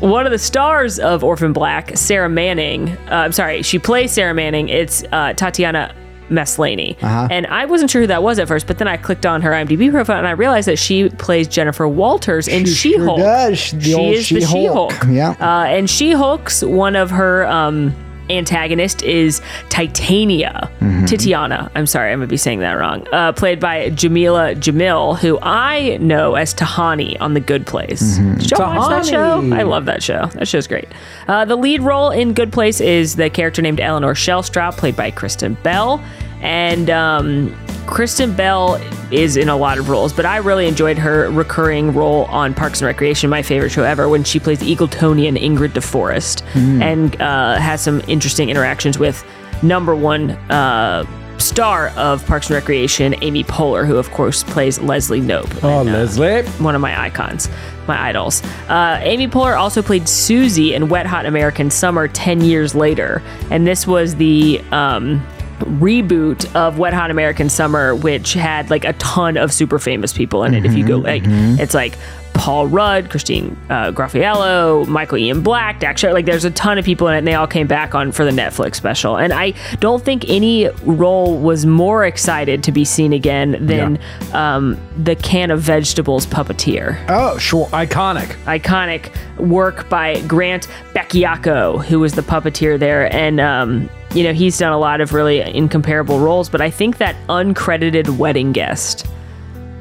C: one of the stars of Orphan Black, Sarah Manning. Uh, I'm sorry, she plays Sarah Manning. It's uh, Tatiana Maslany,
B: Uh-huh.
C: and I wasn't sure who that was at first, but then I clicked on her IMDb profile and I realized that she plays Jennifer Walters in
A: sure
C: She-Hulk.
A: does. She- the
C: she
A: old
C: is the
A: She-Hulk.
C: She-Hulk.
A: Yeah.
C: uh, and She-Hulk's one of her. Um, Antagonist is Titania, Titiana. I'm sorry, I'm gonna be saying that wrong. Uh, played by Jamila Jamil, who I know as Tahani on The Good Place. Did y'all watch that show? I love that show. That show's great. Uh, the lead role in Good Place is the character named Eleanor Shellstrop, played by Kristen Bell. And um, Kristen Bell is in a lot of roles, but I really enjoyed her recurring role on Parks and Recreation, my favorite show ever, when she plays Eagletonian Ingrid DeForest and uh, has some interesting interactions with number one uh, star of Parks and Recreation, Amy Poehler, who, of course, plays Leslie uh, Nope
B: Oh, Leslie.
C: one of my icons, my idols. Uh, Amy Poehler also played Susie in Wet Hot American Summer 10 years later, and this was the um, reboot of Wet Hot American Summer, which had like a ton of super famous people in it. if you go, like, it's like Paul Rudd, Christine uh, Graffiello, Michael Ian Black, Dak Shepard. Like, there's a ton of people in it, and they all came back on for the Netflix special. And I don't think any role was more excited to be seen again than um, the can of vegetables puppeteer.
B: Oh, sure. Iconic.
C: Iconic work by Grant Becchiacco, who was the puppeteer there. And, um, you know, he's done a lot of really incomparable roles, but I think that uncredited wedding guest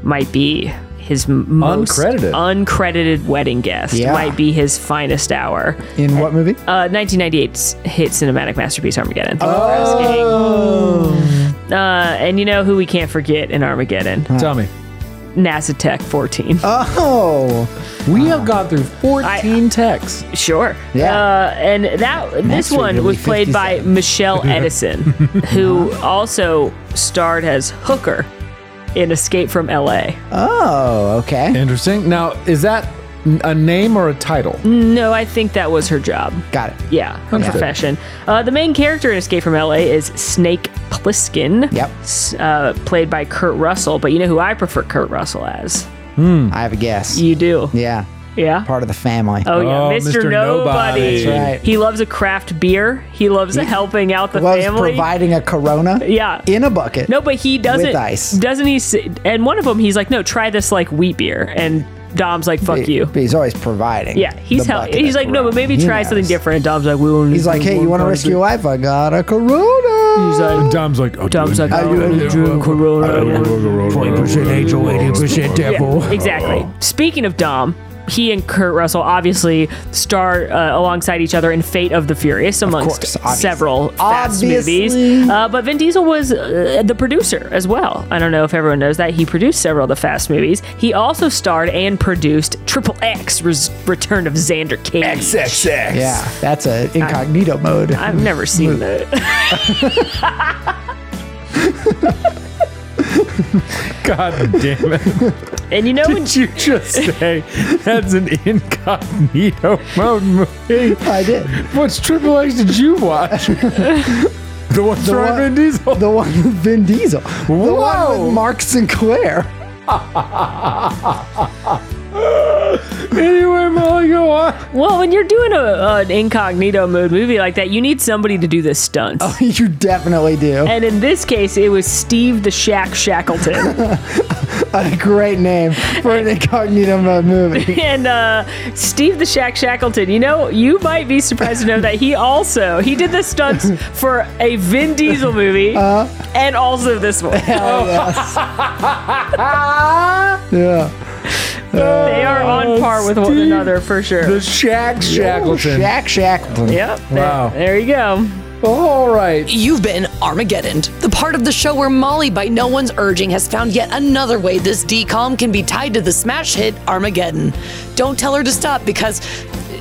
C: might be his m- most
B: Uncredited?
C: uncredited wedding guest
A: Yeah.
C: might be his finest hour.
A: In what movie?
C: Uh, 1998's hit cinematic masterpiece Armageddon. Uh, and you know who we can't forget in Armageddon?
B: Tell me.
C: NASA Tech 14.
A: Oh,
B: We have gone through 14 texts.
C: Sure.
A: Yeah.
C: Uh, and that this
A: Master
C: one
A: Yogi
C: was played by
A: 57.
C: Michelle Edison, who also starred as Hooker in Escape from L.A.
A: oh, okay,
B: Interesting. Now, is that n- a name or a title?
C: No, I think that was her job.
A: got it.
C: Yeah, her
A: Yeah.
C: profession. Uh, the main character in Escape from L.A. is Snake Plissken.
A: Yep.
C: s- Uh, played by Kurt Russell, but you know who I prefer Kurt Russell as? Hmm.
A: I have a guess.
C: You do.
A: Yeah,
C: Yeah.
A: part of the family.
C: Oh, yeah.
B: Oh,
C: Mr.
B: Mr.
C: Nobody.
B: Nobody.
A: That's right.
C: He loves a craft beer. He loves helping out the
A: was
C: family.
A: providing a Corona.
C: Yeah.
A: in a bucket.
C: No, but he doesn't.
A: With ice.
C: Doesn't he? s- And one of them, he's like, "No, try this like wheat beer." And Dom's like, "Fuck
A: But-
C: you."
A: But he's always providing.
C: Yeah, he's
A: the
C: hel-
A: bucket of
C: He's like, "No, but
A: Corona.
C: maybe
A: He
C: try something
A: knows.
C: different." And Dom's like, "We only."
A: He's like, hey, you want to risk your life? I got a Corona.
C: He's like,
B: Dom's like, oh,
C: Dom's like, "I
A: you-
C: only
A: you-
C: drink Corona."
B: twenty
E: 20% angel, 80% devil.
C: Yeah, exactly. Speaking of Dom. He and Kurt Russell obviously star uh, alongside each other in Fate of the Furious, amongst
A: course, obviously.
C: several fast
A: Obviously.
C: movies. Uh, but Vin Diesel was uh, the producer as well. I don't know if everyone knows that. He produced several of the Fast movies. He also starred and produced Triple X Res- Return of Xander Cage.
E: XXX.
A: Yeah, that's a incognito mode.
C: I've never seen that.
B: God damn it.
C: And you know, when,
B: Did you just say that's an incognito mode movie?
A: I did.
B: What's Triple X did you watch? the one starring
A: one-
B: Vin Diesel.
A: The one with Vin Diesel. The one
B: Whoa.
A: with Mark Sinclair.
B: anyway, Molly, go on.
C: well, when you're doing a, an incognito mode movie like that, you need somebody to do the stunts.
A: you definitely do.
C: And in this case, it was Steve the Shack Shackleton.
A: A great name for an incognito mode movie.
C: and uh, Steve the Shack Shackleton, you know, you might be surprised to know that he also he did the stunts for a Vin Diesel movie and also this one.
A: Yeah.
C: they are on par with one
B: Steve
C: another for sure.
B: The Shaq Shackleton.
A: Shaq Shackleton.
C: yep. there-
B: Wow.
C: there you go.
B: All right.
F: You've been Armageddoned, the part of the show where Molly, by no one's urging, has found yet another way this decom can be tied to the smash hit Armageddon. Don't tell her to stop because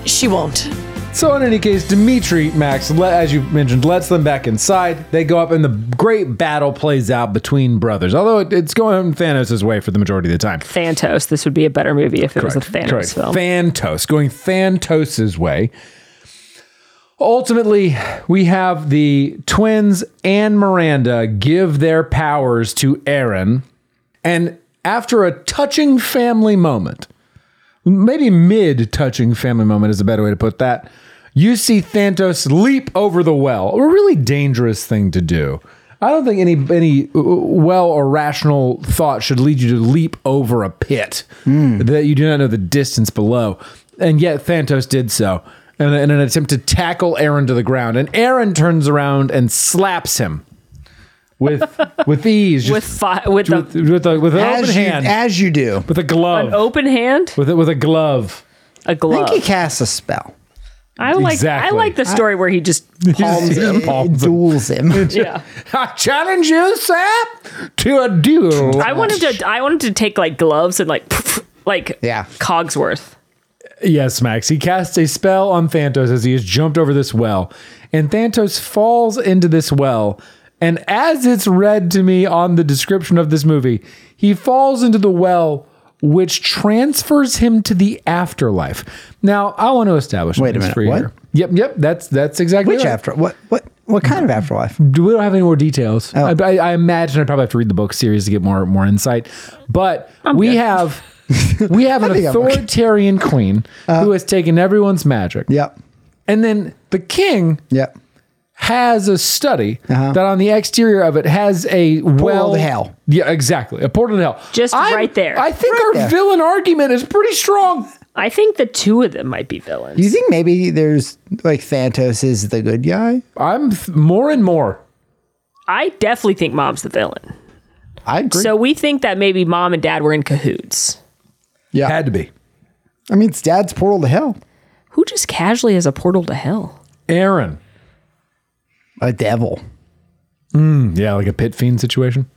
F: she won't.
B: So in any case, Dimitri Max, le- as you mentioned, lets them back inside. They go up, and the great battle plays out betwes brothers. Although it, it's going Thanos' way for the majority of the time.
C: Thanos. This would be a better movie if it was a Thanos
B: Correct.
C: film.
B: Phantos, going Phantos's way. Ultimately, we have the twins and Miranda give their powers to Aaron. And after a touching family moment, maybe mid touching family moment is a better way to put that, you see Thantos leap over the well. A really dangerous thing to do. I don't think any any uh, well or rational thought should lead you to leap over a pit that you do not know the distance below. And yet Thantos did so in, in an attempt to tackle Aaron to the ground. And Aaron turns around and slaps him with with ease, just
C: with fi- with
B: with,
C: the
B: with, a, with an
A: As,
B: open
A: you,
B: hand,
A: as you do.
B: with a glove,
C: an open hand,
B: with a, with a glove.
C: a
A: I
C: glove.
A: think he casts a spell.
C: I like
B: Exactly.
C: I like the story where he just
B: Palms him. Palms him.
A: duels him.
C: yeah.
B: I challenge you, Sap, to a duel.
C: I wanted to I wanted to take like gloves and like like
A: Yeah.
C: Cogsworth.
B: Yes, Max. He casts a spell on Thantos as he has jumped over this well. And Thantos falls into this well. And as it's read to me on the description of this movie, he falls into the well, which transfers him to the afterlife. Now, I want to establish
A: Wait a
B: this
A: minute,
B: for you
A: what?
B: here. Yep, yep. That's that's exactly
A: Which
B: right.
A: after what what what kind of afterlife?
B: Do- we don't have any more details.
A: Oh.
B: I, I, I imagine I'd probably have to read the book series to get more more insight. But we have we have an
A: think I'm okay. Uh-huh.
B: authoritarian queen who has taken everyone's magic,
A: Yep.
B: and then the king
A: Yep.
B: has a study that on the exterior of it has a well
A: Uh-huh. to hell.
B: Yeah, exactly. A portal to hell.
C: Just right there.
B: I think our
A: there.
B: villain argument is pretty strong.
C: I think the two of them might be villains.
A: Do you think maybe there's like Thantos is the good guy?
B: I'm th- more and more.
C: I definitely think mom's the villain.
A: I agree.
C: So we think that maybe mom and dad were in cahoots.
A: yeah.
B: Had to be.
A: I mean, it's dad's portal to hell.
C: Who just casually has a portal to hell?
B: Aaron.
A: A devil.
B: Yeah, like a pit fiend situation.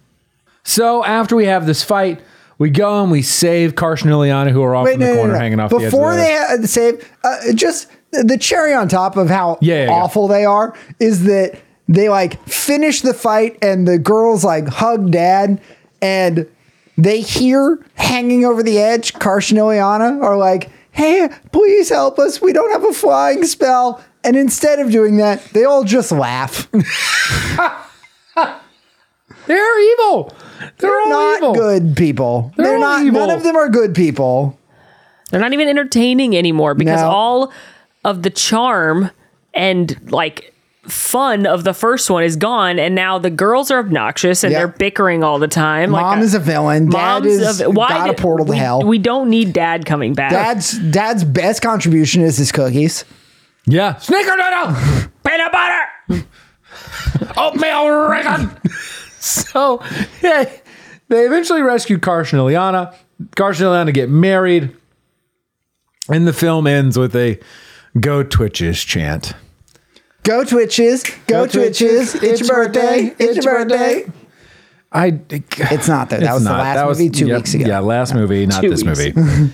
B: So after we have this fight, We go and we save Karsh and Ileana, who are off in the corner hanging off
A: Before
B: the edge. of the
A: they
B: earth.
A: had the save, uh, just the cherry on top of how
B: Yeah, yeah, yeah.
A: awful they are is that they like finish the fight and the girls like hug dad and they hear hanging over the edge, Karsh and Ileana are like, hey, please help us. We don't have a flying spell. And instead of doing that, they all just laugh.
B: They're evil. They're,
A: They're
B: all
A: not
B: evil.
A: good people. They're,
B: They're all
A: not,
B: evil.
A: none of them are good people.
C: They're not even entertaining anymore because
A: No.
C: all of the charm and like fun of the first one is gone, and now the girls are obnoxious and
A: Yeah.
C: they're bickering all the time.
A: Mom
C: like,
A: is a villain. Dad
C: mom's
A: is
C: of- why
A: got a
C: did-
A: portal to
C: we-
A: hell.
C: We don't need dad coming back.
A: Dad's dad's best contribution is his cookies.
B: Yeah. Snickerdoodle. Peanut butter. Oatmeal raisin. so, yeah, they eventually rescue Karsh and Ileana. Karsh and Ileana get married. And the film ends with a go Twitches chant.
A: Go Twitches, go, Twitches. It's your birthday, it's your birthday.
B: I.
A: It's not that. That was the
B: not.
A: last
B: That was-
A: movie two
B: yeah,
A: weeks ago.
B: Yeah, last movie, not
C: Two
B: this
C: weeks.
B: movie.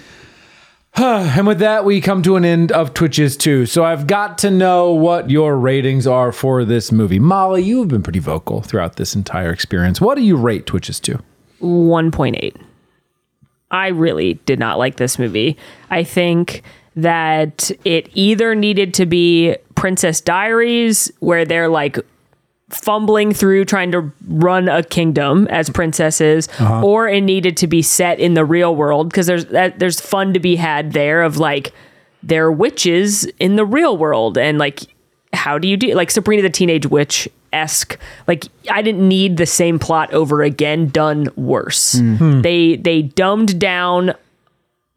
B: and with that, we come to an end of Twitches 2. So I've got to know what your ratings are for this movie. Molly, you have been pretty vocal throughout this entire experience. What do you rate Twitches 2?
C: 1.8. I really did not like this movie. I think that it either needed to be Princess Diaries, where they're like fumbling through trying to run a kingdom as princesses, or it needed to be set in the real world because there's that, there's fun to be had there of like they're witches in the real world and like how do you do like Sabrina the Teenage Witch esque like I didn't need the same plot over again done worse. They they dumbed down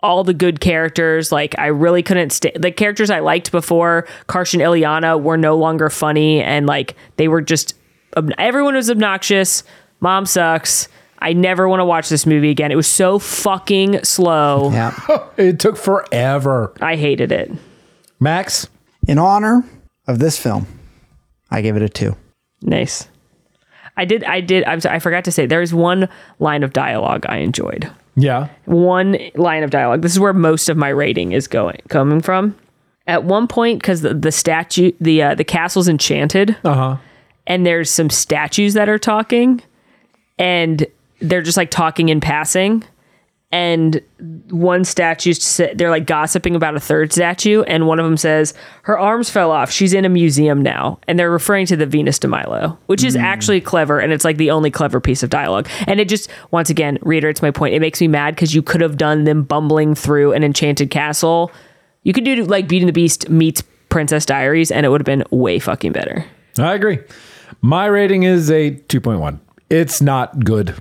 C: all the good characters. Like I really couldn't stay. The characters I liked before Karsh and Ileana were no longer funny, and like they were just ob- everyone was obnoxious. Mom sucks. I never want to watch this movie again. It was so fucking slow.
A: Yeah.
B: It took forever.
C: I hated it.
B: Max?
A: In honor of this film, I give it a two.
C: Nice. I did. I did. I'm sorry. I forgot to say there's one line of dialogue I enjoyed.
B: Yeah.
C: one line of dialogue. This is where most of my rating is going coming from. At one point, because the, the statue, the uh, the castle's enchanted,
B: Uh huh.
C: and there's some statues that are talking, and they're just like talking in passing, and one statue sa- they're like gossiping about a third statue, and one of them says her arms fell off. She's in a museum now, and they're referring to the Venus de Milo, which is actually clever, and it's like the only clever piece of dialogue. And it just once again reiterates my point. It makes me mad because you could have done them bumbling through an enchanted castle. You could do like Beauty and the Beast meets Princess Diaries, and it would have been way fucking better.
B: I agree. My rating is a 2.1. It's not good.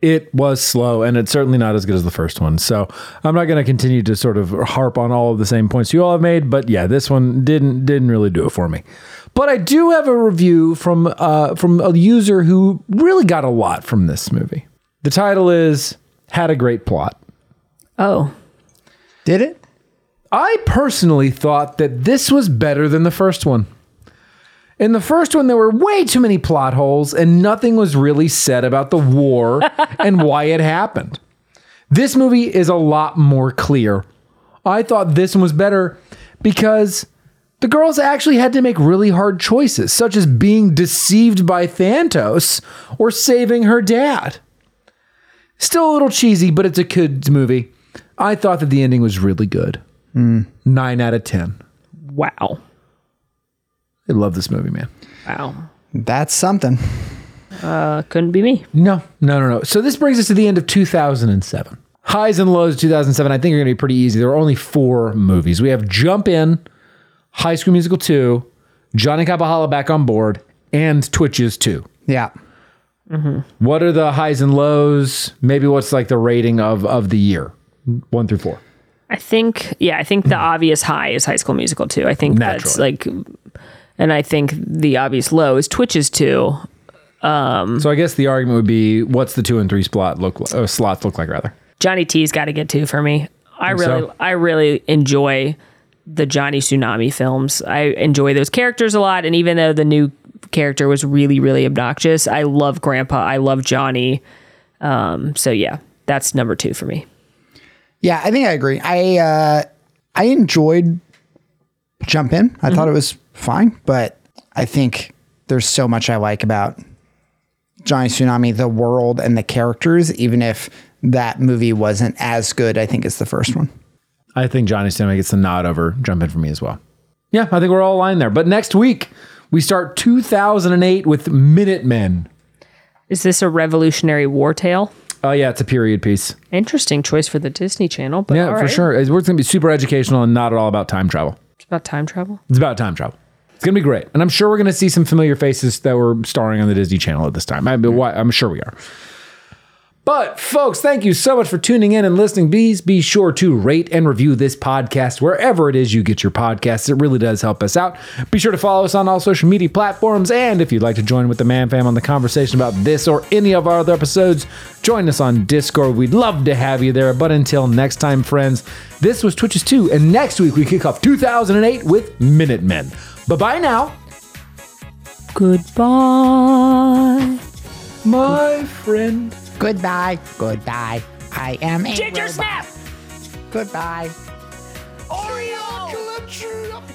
B: It was slow, and it's certainly not as good as the first one. So I'm not going to continue to sort of harp on all of the same points you all have made. But yeah, this one didn't didn't really do it for me. But I do have a review from uh, from a user who really got a lot from this movie. The title is "Had a Great Plot."
C: Oh,
A: Did it?
B: I personally thought that this was better than the first one. In the first one, there were way too many plot holes, and nothing was really said about the war and why it happened. This movie is a lot more clear. I thought this one was better because the girls actually had to make really hard choices, such as being deceived by Thantos or saving her dad. Still a little cheesy, but it's a kids' movie. I thought that the ending was really good. Nine out of ten.
C: wow.
B: I love this movie, man.
C: Wow.
A: That's something.
C: Uh, couldn't be me.
B: No, no, no, no. So this brings us to the end of 2007. Highs and lows of 2007, I think are going to be pretty easy. There are only four movies. We have Jump In, High School Musical 2, Johnny Capahala Back on Board, and Twitches 2.
A: Yeah.
B: What are the highs and lows? Maybe what's like the rating of of the year? One through four.
C: I think, yeah, I think the
B: Hmm.
C: obvious high is High School Musical too. I think that's like, and I think the obvious low is Twitches too.
B: So I guess the argument would be what's the two and three slot look li- uh, slots look like rather.
C: Johnny T's got to get two for me. I
B: Think so?
C: really, I really enjoy the Johnny Tsunami films. I enjoy those characters a lot, and even though the new character was really, really obnoxious, I love Grandpa. I love Johnny. Um, so yeah, That's number two for me.
A: Yeah, I think I agree. I uh, I enjoyed Jump In. I thought it was fine, but I think there's so much I like about Johnny Tsunami, the world and the characters, even if that movie wasn't as good, I think, as the first one.
B: I think Johnny Cinema gets the nod over jump in for me as well. Yeah, I think we're all aligned there. But next week we start 2008 with Minutemen.
C: Is this a Revolutionary War tale?
B: Oh yeah, it's a period piece.
C: Interesting choice for the Disney Channel, but
B: Yeah,
C: all
B: for
C: right.
B: sure. It's, it's going to be super educational and not at all about time travel.
C: It's about time travel.
B: It's about time travel. It's going to be great. And I'm sure we're going to see some familiar faces that were starring on the Disney Channel at this time. I mean, why, I'm sure we are. But, folks, thank you so much for tuning in and listening. Please be sure to rate and review this podcast wherever it is you get your podcasts. It really does help us out. Be sure to follow us on all social media platforms. And if you'd like to join with the Man Fam on the conversation about this or any of our other episodes, join us on Discord. We'd love to have you there. But until next time, friends, this was Twitches 2. And next week, we kick off 2008 with Minutemen. Bye bye now,
C: Goodbye.
B: my friend.
A: Goodbye. Goodbye. I am a Ginger Snap. Goodbye.
E: Oreo!